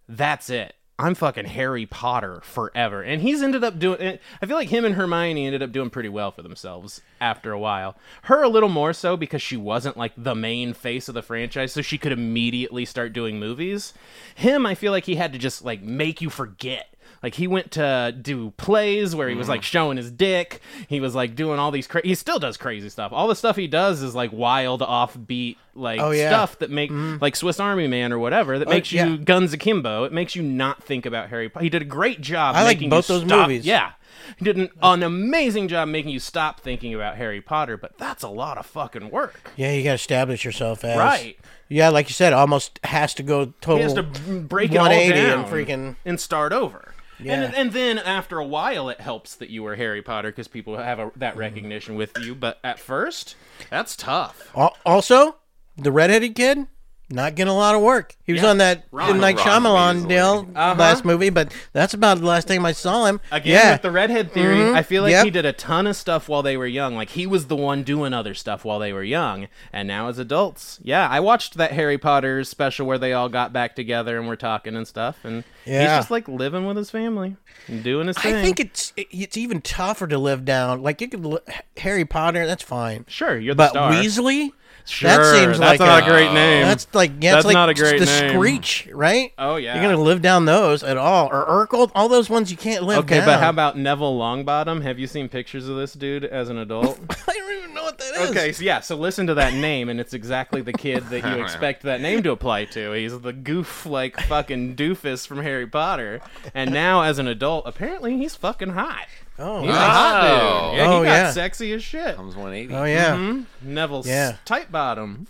that's it. I'm fucking Harry Potter forever. And he's ended up doing I feel like him and Hermione ended up doing pretty well for themselves after a while. Her a little more so because she wasn't like the main face of the franchise so she could immediately start doing movies. Him I feel like he had to just like make you forget. Like he went to do plays where he was Mm-hmm. like showing his dick. He was like doing all these cra- he still does crazy stuff. All the stuff he does is like wild offbeat like Oh, yeah. stuff that make like Swiss Army Man or whatever that makes Oh, yeah. you guns akimbo. It makes you not think about Harry Potter. He did a great job. I like making both you those stop- movies. Yeah, he did an, an amazing job making you stop thinking about Harry Potter. But that's a lot of fucking work. Yeah, you got to establish yourself as Right. Yeah, like you said, almost has to go total. He has to b- break it all 180 down Oh. and freaking. and start over. Yeah. And, and then after a while, it helps that you were Harry Potter because people have a, Mm-hmm. that recognition with you. But at first, that's tough. Al- Also, the redheaded kid not getting a lot of work. He was on that Ron- Uh-huh. M. Night Ron Shyamalan Weasley. deal last movie, but that's about the last time I saw him. Again, yeah. Mm-hmm. with the redhead theory, I feel like Yep. he did a ton of stuff while they were young. Like he was the one doing other stuff while they were young, and now as adults, yeah, I watched that Harry Potter special where they all got back together and were talking and stuff, and Yeah. he's just like living with his family, and doing his thing. I think it's it- it's even tougher to live down. Like you could li- Harry Potter, that's fine. sure you're the But star. Weasley, Sure, seems like that's not a, a- great name. That's like yeah, That's it's like not a great the name. screech, right? Oh, yeah. you're gonna live down those at all, or Urkel, all those ones you can't live okay. down. But how about Neville Longbottom? Have you seen pictures of this dude as an adult? I don't even know what that is. okay, so yeah. So listen to that name, and it's exactly the kid that you expect that name to apply to. He's the goof like fucking doofus from Harry Potter, and now as an adult, apparently he's fucking hot. Oh, He's a hot Oh. dude. Yeah, he Oh, got yeah. sexy as shit. Comes 180. oh yeah, Mm-hmm. Neville's Yeah. tight bottom.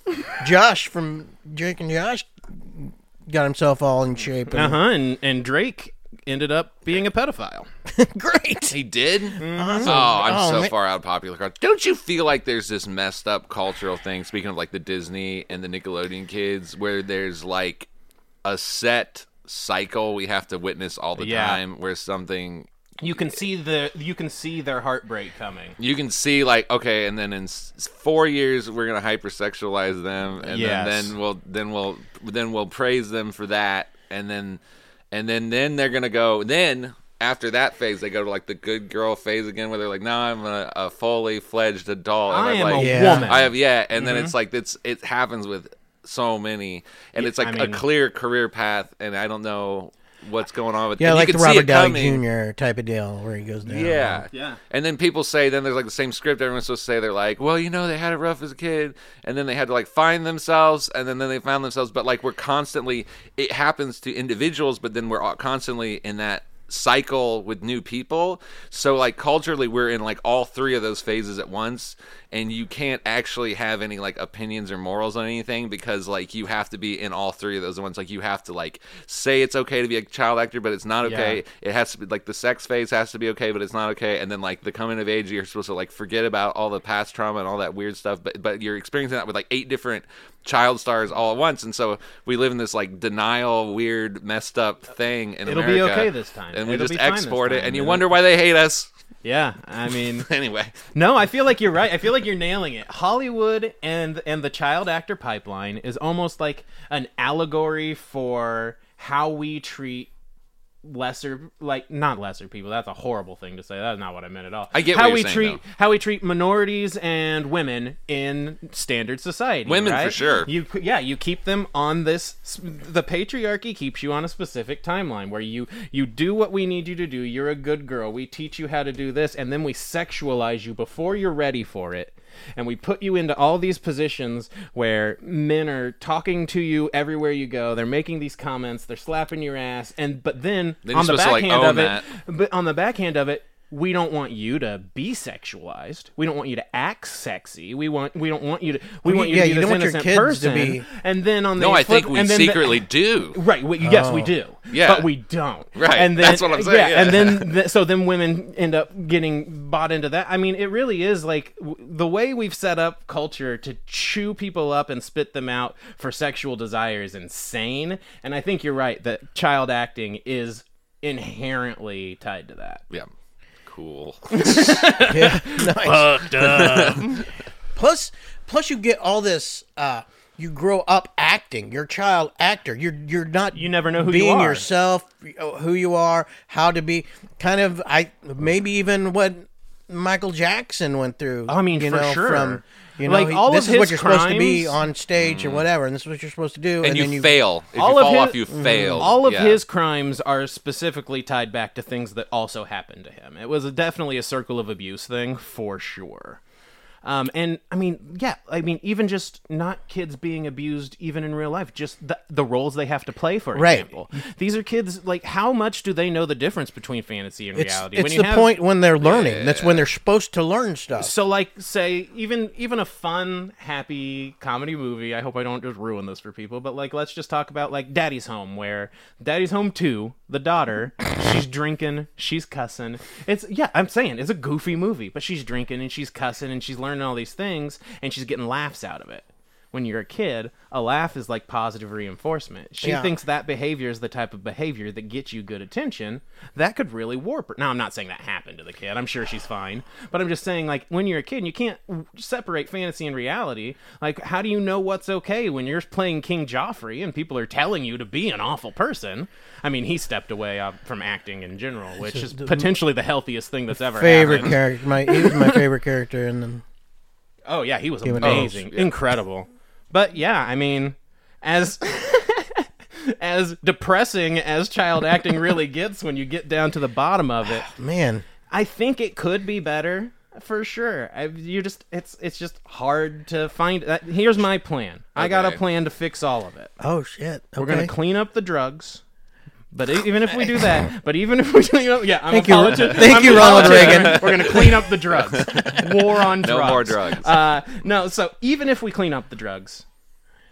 Josh from Jake and Josh got himself all in shape. Uh And huh. And and Drake ended up being a pedophile. Great. He did? Oh, I'm Oh, so man. far out of popular culture. Don't you feel like there's this messed up cultural thing, speaking of like the Disney and the Nickelodeon kids, where there's like a set cycle we have to witness all the Yeah. time where something You can see the you can see their heartbreak coming. you can see like okay and then in s- four years we're gonna hypersexualize them and Yes. then, then we'll then we'll then we'll praise them for that and then and then then they're gonna go then after that phase they go to like the good girl phase again where they're like now i'm a, a fully fledged adult and I I'm am like, a Yeah. woman. Mm-hmm. I have yeah, and then it's like it's it happens with so many, and it's like I mean- a clear career path, and I don't know what's going on with. Yeah, and you like can the see Robert it Downey coming. Jr. type of deal where he goes down. Yeah. Yeah. And then people say, then there's like the same script everyone's supposed to say. They're like, well, you know, they had it rough as a kid, and then they had to like find themselves, and then, then they found themselves. But like, we're constantly, it happens to individuals, but then we're all constantly in that cycle with new people. So, like, culturally, we're in like all three of those phases at once, and you can't actually have any like opinions or morals on anything because like you have to be in all three of those at once. Like, you have to like say it's okay to be a child actor, but it's not okay Yeah. it has to be like the sex phase has to be okay, but it's not okay. And then like the coming of age, you're supposed to like forget about all the past trauma and all that weird stuff, but but you're experiencing that with like eight different child stars all at once, and so we live in this like denial, weird, messed up thing. In It'll be America. okay this time. and we It'll just be fine this export it, time, and you yeah. wonder why they hate us. Yeah, I mean, Anyway, no, I feel like you're right. I feel like you're nailing it. Hollywood and and the child actor pipeline is almost like an allegory for how we treat lesser like not lesser people that's a horrible thing to say that's not what i meant at all I get how what you're we saying, treat though. how we treat minorities and women in standard society Women for right? sure. you yeah you keep them on this the patriarchy keeps you on a specific timeline where you you do what we need you to do you're a good girl we teach you how to do this and then we sexualize you before you're ready for it and we put you into all these positions where men are talking to you everywhere you go they're making these comments they're slapping your ass and but then, Then you're on the supposed to, like, backhand own of it that. but on the backhand of it, we don't want you to be sexualized. We don't want you to act sexy. We want we don't want you to we Well, want you yeah, to be you this don't want your innocent kids to person. be- And then on the no, I flip- think we and then the- secretly do. Oh. Right. We, yes, we do. Yeah. But we don't. Right, And then, that's what I'm saying, yeah. And then, th- so then women end up getting bought into that. I mean, it really is like w- the way we've set up culture to chew people up and spit them out for sexual desire is insane. And I think you're right that child acting is inherently tied to that. Yeah, cool. Plus, plus you get all this. Uh, you grow up acting. You're a child actor. You're you're not. You never know who you being are. yourself, uh, who you are, how to be. Kind of, I maybe even what Michael Jackson went through. I mean, you for know, sure. From, you know, Like, he- all this of is what his you're supposed to be crimes- Mm. on stage or whatever, and this is what you're supposed to do, and, And, you, then you fail. If all you of fall his- Mhm. off, you fail. All of Yeah. his crimes are specifically tied back to things that also happened to him. It was a, definitely a circle of abuse thing for sure. Um, and I mean, yeah, I mean, even just not kids being abused, even in real life, just the, the roles they have to play. For Right. example, these are kids. Like, how much do they know the difference between fantasy and It's, reality? it's the point when they're learning. That's when they're supposed to learn stuff. So, like, say even even a fun, happy comedy movie. I hope I don't just ruin this for people, but like, let's just talk about like Daddy's Home, where Daddy's Home Two, the daughter, she's drinking, she's cussing. It's yeah, I'm saying it's a goofy movie, but she's drinking and she's cussing and she's learning all these things and she's getting laughs out of it. When you're a kid, a laugh is like positive reinforcement. She Yeah. thinks that behavior is the type of behavior that gets you good attention. That could really warp her. Now, I'm not saying that happened to the kid. I'm sure she's fine. But I'm just saying, like, when you're a kid, you can't w- separate fantasy and reality. Like, how do you know what's okay when you're playing King Joffrey and people are telling you to be an awful person? I mean, he stepped away uh, from acting in general, which is potentially the healthiest thing that's ever favorite happened. character, my he was my favorite character, and then Oh yeah, he was went- amazing, incredible. But yeah, I mean, as as depressing as child acting really gets when you get down to the bottom of it, Man, I think it could be better for sure. I, you just it's it's just hard to find. That, here's my plan. I got a Okay. plan to fix all of it. oh shit. We're gonna clean up the drugs. But e- even if we do that, but even if we do, yeah, I'm Thank a you- politician. thank I'm you, a Ronald politician. Reagan. We're gonna clean up the drugs. War on drugs. No more drugs. Uh, no, so even if we clean up the drugs,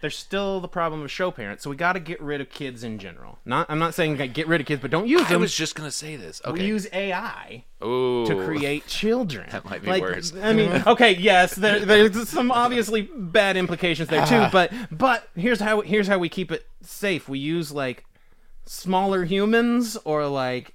there's still the problem of show parents. So we got to get rid of kids in general. Not, I'm not saying like, get rid of kids, but don't use I them. was just gonna say this. we Okay. use AI Ooh. to create children. That might be worse. I mean, okay, yes, there, there's some obviously bad implications there Ah. too, but but here's how here's how we keep it safe. We use like smaller humans or like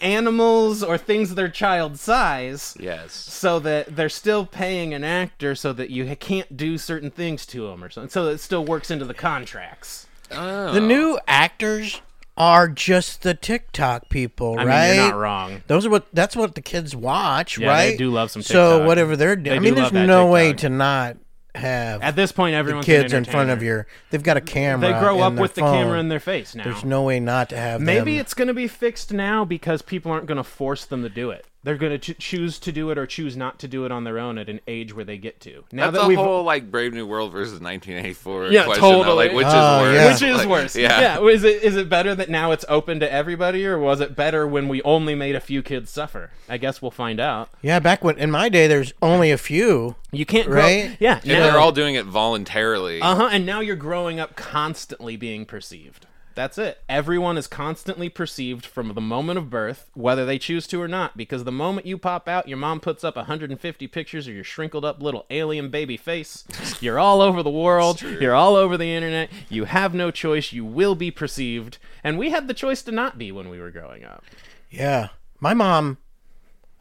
animals or things that are child size. Yes. So that they're still paying an actor, so that you can't do certain things to him or something. So it still works into the contracts. The new actors are just the TikTok people, I mean, right? you're not wrong. Those are what that's what the kids watch, Yeah, they right? do love some So TikTok. whatever they're doing, They I mean, do there's love that no way TikTok. to not have At this point, everyone's an kids in front of entertainer. your. They've got a camera. They grow in up their with the phone. camera in their face now. There's no way not to have Maybe them. it's going to be fixed now because people aren't going to force them to do it. They're going to ch- choose to do it or choose not to do it on their own at an age where they get to. Now That's that a we've whole like Brave New World versus 1984 Yeah, question. totally. though, Like which Oh, is worse? yeah. which is Like, worse. Yeah. Yeah. Is it is it better that now it's open to everybody or was it better when we only made a few kids suffer? I guess we'll find out. yeah. Back when in my day, there's only a few. You can't grow. Right? Yeah. And they're all doing it voluntarily. Uh huh. And now you're growing up constantly being perceived. That's it. Everyone is constantly perceived from the moment of birth, whether they choose to or not, because the moment you pop out, your mom puts up 150 pictures of your shrinkled up little alien baby face. You're all over the world. You're all over the internet. You have no choice. You will be perceived. And we had the choice to not be when we were growing up. Yeah, my mom,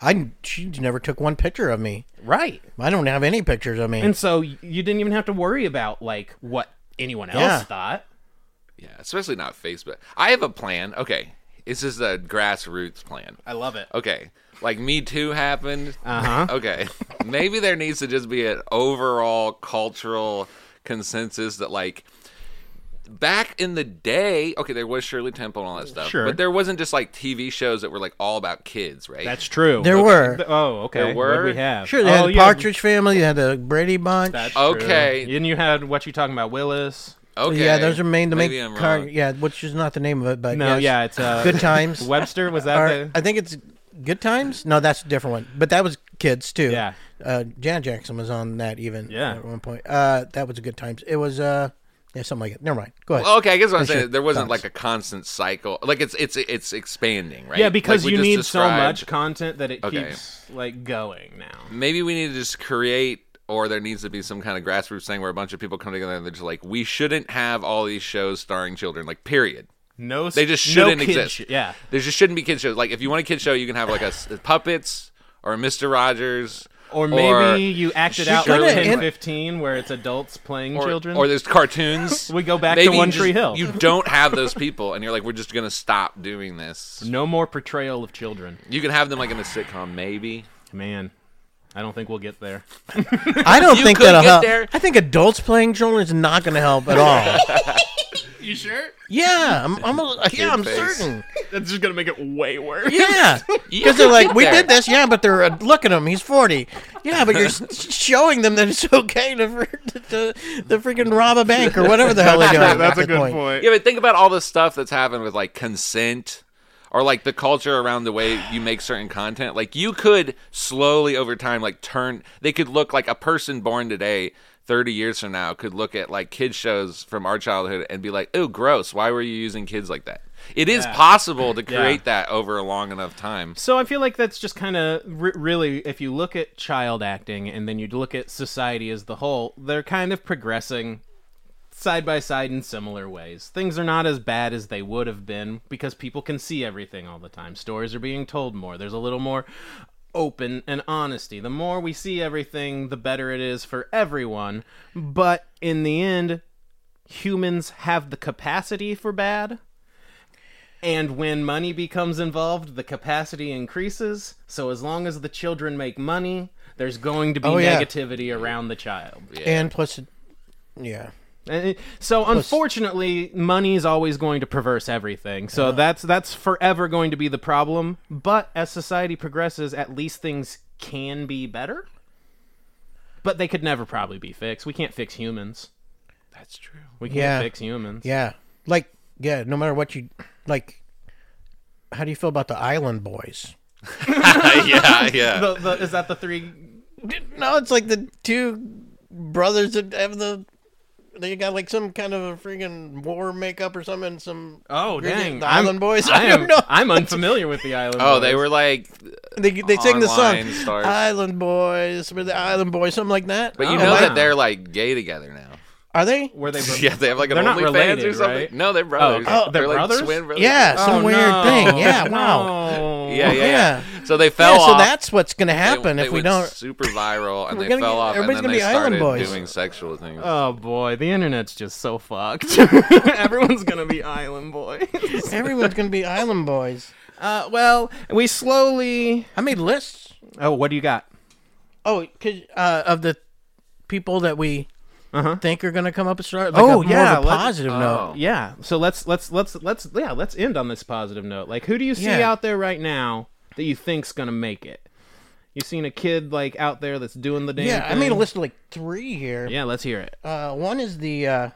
I she never took one picture of me. Right. I don't have any pictures of me. And so y- you didn't even have to worry about, like, what anyone else Yeah. thought. yeah. Especially not Facebook. I have a plan. Okay. This is a grassroots plan. I love it. Okay. Like Me Too happened. Uh huh. Okay. Maybe there needs to just be an overall cultural consensus that like back in the day, okay, there was Shirley Temple and all that stuff. Sure. But there wasn't just like TV shows that were like all about kids, right? That's true. there were Th- Oh, okay. There What were? we have? sure they had oh, the yeah, Partridge Family, they had the Brady Bunch. That's Okay. Oh, True. And you had what you talking about, Willis? okay. Oh, Yeah, those are main the Maybe main I'm car. wrong. Yeah, which is not the name of it, but No, yes. yeah, it's uh, Good Times. Webster was that? Or- the, I think it's Good Times. No, that's a different one. But that was kids too. Yeah. Uh, Janet Jackson was on that even. Yeah. At one point, uh, that was a Good Times. It was uh, yeah, something like it. Never mind. Go ahead. Well, okay, I guess what I'm Appreciate saying there wasn't thoughts. like a constant cycle. Like it's it's it's expanding, right? yeah, because Like we you just need so described. much content that it Okay. keeps like going now. Maybe we need to just create, or there needs to be some kind of grassroots thing where a bunch of people come together and they're just like, we shouldn't have all these shows starring children. Like, period. No, They just shouldn't no kid exist. shit. yeah, there just shouldn't be kids shows. Like, if you want a kid show, you can have like a s- puppets or a Mister Rogers, or maybe you acted out like Shirley- 10, and- 15 where it's adults playing or, children. or there's cartoons. We go back to Maybe you One Tree just- Hill. You don't have those people, and you're like, we're just gonna stop doing this. no more portrayal of children. You can have them like in a sitcom, maybe. Man, I don't think we'll get there. I don't You think could that'll get help. there. I think adults playing children is not going to help at all. You sure? yeah, I'm. I'm a, yeah, I'm face. certain. That's just gonna make it way worse. Yeah, You because they're could like, get we there." did this. Yeah, but they're uh, look at him. He's forty. Yeah, but you're s- showing them that it's okay to to, to, to freaking rob a bank or whatever the hell they're doing. at that Yeah, but think about all the stuff that's happened with like consent or like the culture around the way you make certain content. Like you could slowly over time like turn they could look like a person born today 30 years from now could look at like kids shows from our childhood and be like, "Oh, gross. Why were you using kids like that?" It is possible to create that over a long enough time. So I feel like that's just kind of re- really, if you look at child acting and then you look at society as the whole, they're kind of progressing side by side in similar ways. Things are not as bad as they would have been because people can see everything all the time. Stories are being told more. There's a little more open and honesty. The more we see everything, the better it is for everyone. But in the end, humans have the capacity for bad And when money becomes involved, the capacity increases. So as long as the children make money, there's going to be Oh, yeah. negativity around the child. And plus, it- yeah. And- So unfortunately, money is always going to perverse everything. So that's that's forever going to be the problem. But as society progresses, at least things can be better. But they could never probably be fixed. We can't fix humans. That's true. We can't Yeah. fix humans. Yeah. Like, yeah, no matter what you like, how do you feel about the Island Boys? yeah, yeah. The, the, is that the three? No, it's like the two brothers that have the. They got like some kind of a freaking war makeup or something. and Some Oh freaking- dang! the I'm- Island Boys. I I, am, don't know. I'm unfamiliar with the island. oh, Boys. they were like, They they sing the song Online stars. Island Boys, we're the Island Boys, something like that. but you Oh, know wow. that they're like gay together now. Are they? Were they? bro- Yeah, they have like an They're not OnlyFans related, or something. right? No, they're brothers. okay. Oh, they're like brothers? twin brothers. Yeah, Oh, some weird no. thing. Yeah, wow. No. yeah, yeah, yeah. Yeah. So they fell Yeah, off. so that's what's gonna They- happen they if we went don't. super viral and We're they gonna fell get- off and everybody's then gonna they be Island started Boys. Uh, doing sexual things. Oh boy, the internet's just so fucked. Everyone's gonna be island boy. Everyone's gonna be Island Boys. Uh, well, we slowly. I made lists. Oh, what do you got? Oh, 'cause, uh, of the people that we Uh-huh. think are gonna come up and start. Like Oh, a, yeah, more of a let's- positive oh. note. Yeah. So let's let's let's let's yeah let's end on this positive note. Like, who do you see Yeah. out there right now that you think's gonna make it? You seen a kid like out there that's doing the damn Yeah, I thing? made a list of like three here. Yeah, let's hear it. Uh, one is the uh,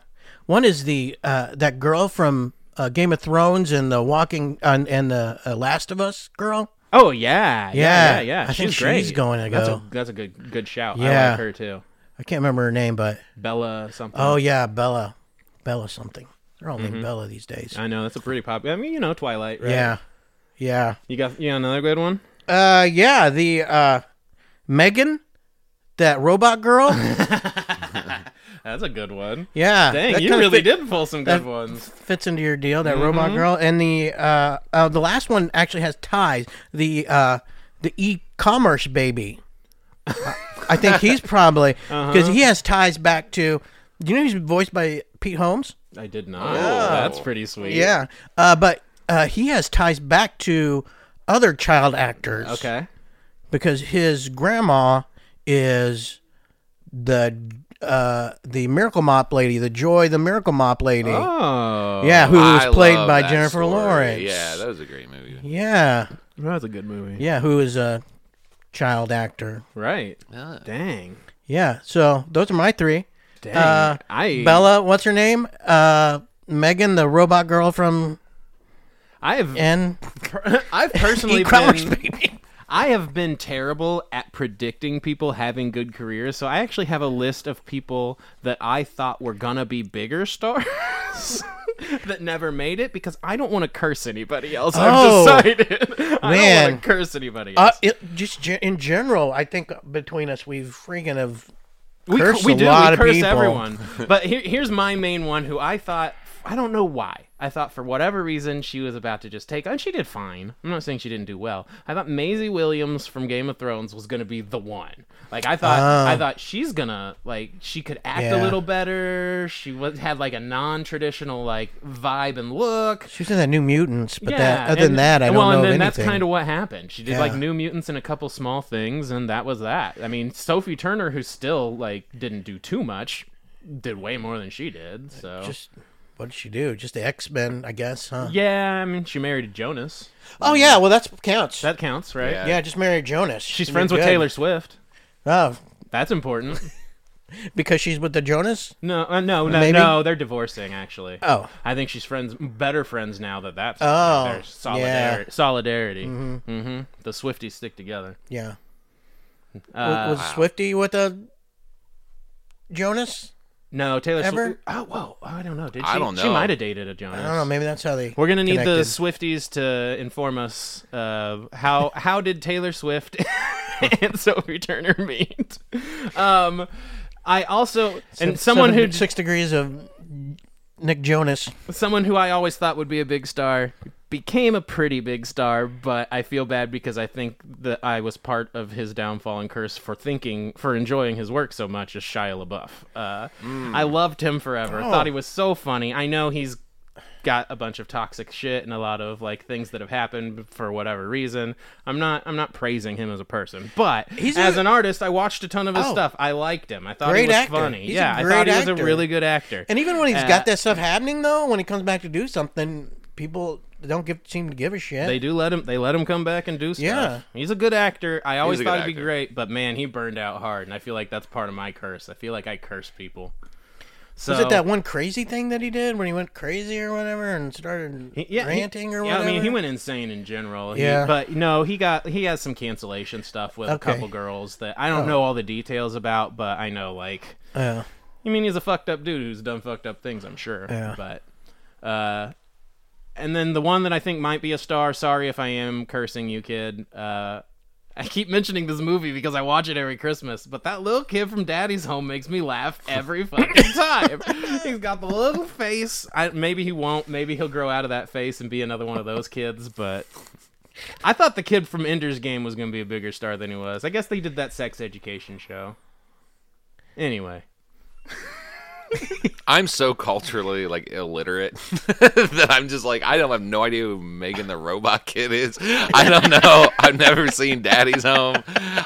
one is the uh, that girl from uh, Game of Thrones and the Walking and, and the uh, Last of Us girl. Oh yeah, yeah, yeah. Yeah, yeah. I think she's great. she's going to That's go. a that's a good good shout. I Yeah. like her too. I can't remember her name, but Bella something. oh yeah, Bella, Bella something. They're all Mm-hmm. named Bella these days. I know that's a pretty popular. I mean, you know, Twilight, right? Yeah, yeah, You got you got another good one. uh, yeah. The uh, Megan, that robot girl. That's a good one. yeah, Dang, that you kinda really Mm-hmm. fit- did pull some good that- ones. Fits into your deal, that robot girl, and the uh, uh, the last one actually has ties. The uh, the e-commerce baby. I- I think he's probably because Uh-huh. he has ties back to. You know, he's voiced by Pete Holmes. I did not. That's pretty sweet. Yeah, uh, but uh, he has ties back to other child actors. Okay. because his grandma is the uh, the Miracle Mop lady, the Joy, the Miracle Mop lady. Oh. Yeah, who was I played love by that Jennifer story. Lawrence. Yeah, that was a great movie. yeah, That's a good movie. yeah, who is a child actor. Right. Yeah. Dang. Yeah, so those are my three. Dang. Uh, I Bella, what's her name? Uh, Megan, the robot girl from I've N. I've personally E-commerce been I have been terrible at predicting people having good careers, so I actually have a list of people that I thought were gonna be bigger stars that never made it because I don't want to curse anybody else. Oh. I've decided I don't Man. want to curse anybody Uh, else. it, just ge- in general, I think between us, we've freaking have we, cursed we a do lot we of curse people. everyone but here, here's my main one who i thought i don't know why i thought for whatever reason she was about to just take and she did fine i'm not saying she didn't do well i thought maisie williams from game of thrones was gonna be the one like i thought i thought she's gonna like she could act a Oh. Yeah. little better she was, had like a non-traditional like vibe and look She was in that New Mutants, but yeah, that other than and- that, I don't well, know and then of that's anything. kind of what happened. She did like Yeah. New Mutants and a couple small things, and that was that. I mean, Sophie Turner, who still like didn't do too much, did way more than she did. So just what did she do? Just the X Men, I guess, huh? yeah, I mean, she married Jonas. Oh yeah, well that's counts. That counts, right? Yeah. yeah, just marry Jonas. She's You're friends with good. Taylor Swift. Oh, That's important. because she's with the Jonas. No, uh, no, no, Maybe? no. They're divorcing, actually. Oh. I think she's friends, better friends now that that's Oh, their solidar- solidarity. Mm-hmm. The Swifties stick together. Yeah. Uh, was Swifty with the Jonas? No, Taylor Ever? Swift. Oh, whoa. Oh, I don't know. Did she? I don't She know. might have dated a Jonas. I don't know. Maybe that's how they. We're gonna need the connected. Swifties to inform us uh, how how did Taylor Swift and Sophie Turner meet? Um, I also and someone Seven- who six degrees of Nick Jonas. someone who I always thought would be a big star became a pretty big star, but I feel bad because I think that I was part of his downfall and curse for thinking for enjoying his work so much Hmm. Oh. is Shia LaBeouf. Uh, I loved him forever. Thought he was so funny. I know he's got a bunch of toxic shit and a lot of like things that have happened for whatever reason. I'm not I'm not praising him as a person, but He's a- as an artist, I watched a ton of his Oh. stuff. I liked him. I thought he Great was actor. funny. He's a yeah, I great thought he was a actor. really good actor. And even when he's Uh, got that stuff happening, though, when he comes back to do something, people don't give, seem to give a shit. They do let him. They let him come back and do stuff. Yeah. he's a good actor. I always a good thought he'd be actor. great, but man, he burned out hard, and I feel like that's part of my curse. I feel like I curse people. So Was it that one crazy thing that he did when he went crazy or whatever and started He- yeah, he- ranting or yeah, whatever? I mean, he went insane in general. He- Yeah. but no, he got he has some cancellation stuff with a Okay. Oh. couple girls that I don't know all the details about, but I know like Yeah. I mean, he's a fucked up dude who's done fucked up things, I'm sure. Yeah. But, uh, and then the one that I think might be a star. Sorry if I am cursing you, kid. Uh, I keep mentioning this movie because I watch it every Christmas, but that little kid from Daddy's Home makes me laugh every fucking time. he's got the little face. I, maybe he won't. Maybe he'll grow out of that face and be another one of those kids, but. I thought the kid from Ender's Game was going to be a bigger star than he was. I guess they did that sex education show. Anyway. I'm so culturally like illiterate that I'm just like I don't have no idea who Megan the Robot Kid is. I don't know. I've never seen Daddy's Home.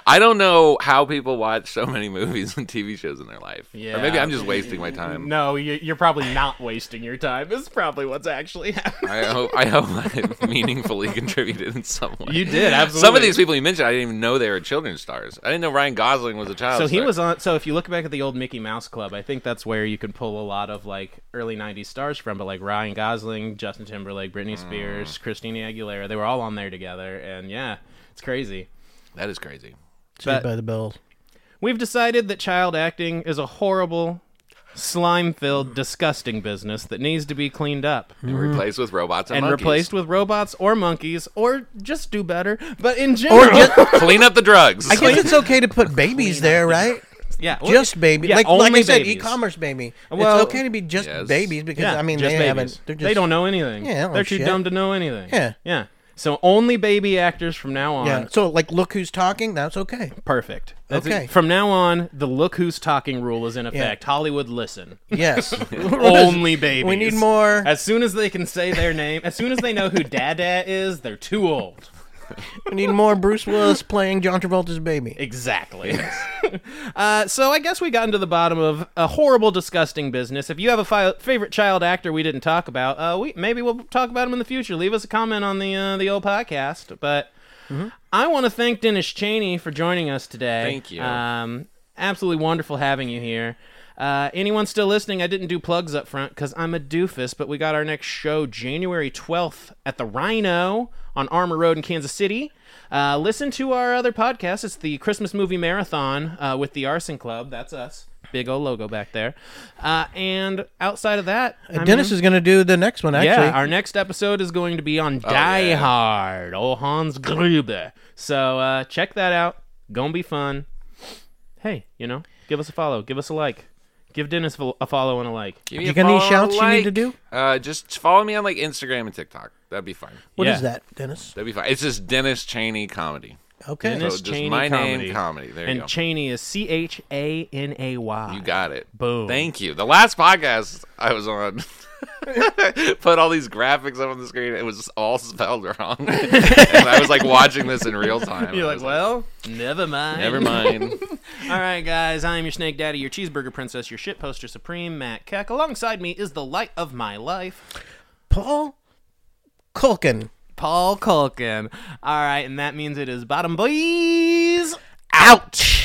I don't know how people watch so many movies and TV shows in their life. Yeah. Or maybe I'm just wasting my time. No, you- you're probably not wasting your time. Is probably what's actually happening. I hope I hope I meaningfully contributed in some way. You did absolutely. Some of these people you mentioned, I didn't even know they were children's stars. I didn't know Ryan Gosling was a child. So he star. was on. So if you look back at the old Mickey Mouse Club, I think that's where you can pull a lot of like early '90s stars from. But like Ryan Gosling, Justin Timberlake, Mm. Britney Spears, Christina Aguilera, they were all on there together. And yeah, it's crazy. That is crazy. But- by the bells. We've decided that child acting is a horrible, slime-filled, disgusting business that needs to be cleaned up. Mm-hmm. And replaced with robots and, And monkeys. replaced with robots or monkeys, or just do better. But in general, clean up the drugs. I guess it's okay to put babies there, right? yeah, well, Just baby, yeah, like like I only said, babies. e-commerce baby. Well- it's okay to be just Yes. babies because I mean just they babies. haven't. They're just, they don't know anything. Yeah, they Yeah, don't know they're too shit. dumb to know anything. Yeah. yeah. So only baby actors from now on. Yeah. So like, look who's talking. That's okay. Perfect. That's Okay. It. From now on, the look who's talking rule is in effect. Hollywood, listen. Yes. only babies. we need more. As soon as they can say their name, as soon as they know who Dada is, they're too old. we need more Bruce Willis playing John Travolta's baby. Exactly. uh, so I guess we gotten to the bottom of a horrible, disgusting business. If you have a fi- favorite child actor we didn't talk about, uh, we maybe we'll talk about him in the future. Leave us a comment on the uh, the old podcast. But I want to thank Dennis Cheney for joining us today. Thank you. Um, absolutely wonderful having you here. Uh, anyone still listening? I didn't do plugs up front because I'm a doofus, but we got our next show January 12th at the Rhino on Armor Road in Kansas City. Uh, listen to our other podcast. It's the Christmas Movie Marathon uh, with the Arson Club. That's us. Big old logo back there. Uh, and outside of that, I Dennis mean- is going to do the next one. Actually, yeah, our next episode is going to be on Die Oh, yeah. Hard, old Hans Gruber. So uh, check that out. Gonna be fun. Hey, you know, give us a follow, give us a like, give Dennis fo- a follow and a like. Give me You a got any follow, shouts you need to do? like. Uh, just follow me on like Instagram and TikTok. That'd be fine. What is Yeah. that, Dennis? That'd be fine. It's just Dennis Cheney comedy. Okay. Dennis just Cheney my name, comedy. comedy. There you and go. Cheney is C H A N A Y. You got it. Boom. Thank you. The last podcast I was on put all these graphics up on the screen. It was all spelled wrong. and I was like watching this in real time. You're like, I was well, never mind. Never mind. All right, guys. I am your snake daddy, your cheeseburger princess, your shit poster supreme, Matt Keck. Alongside me is the light of my life. Paul Culkin. Paul Culkin. All right, and that means it is bottom boys out.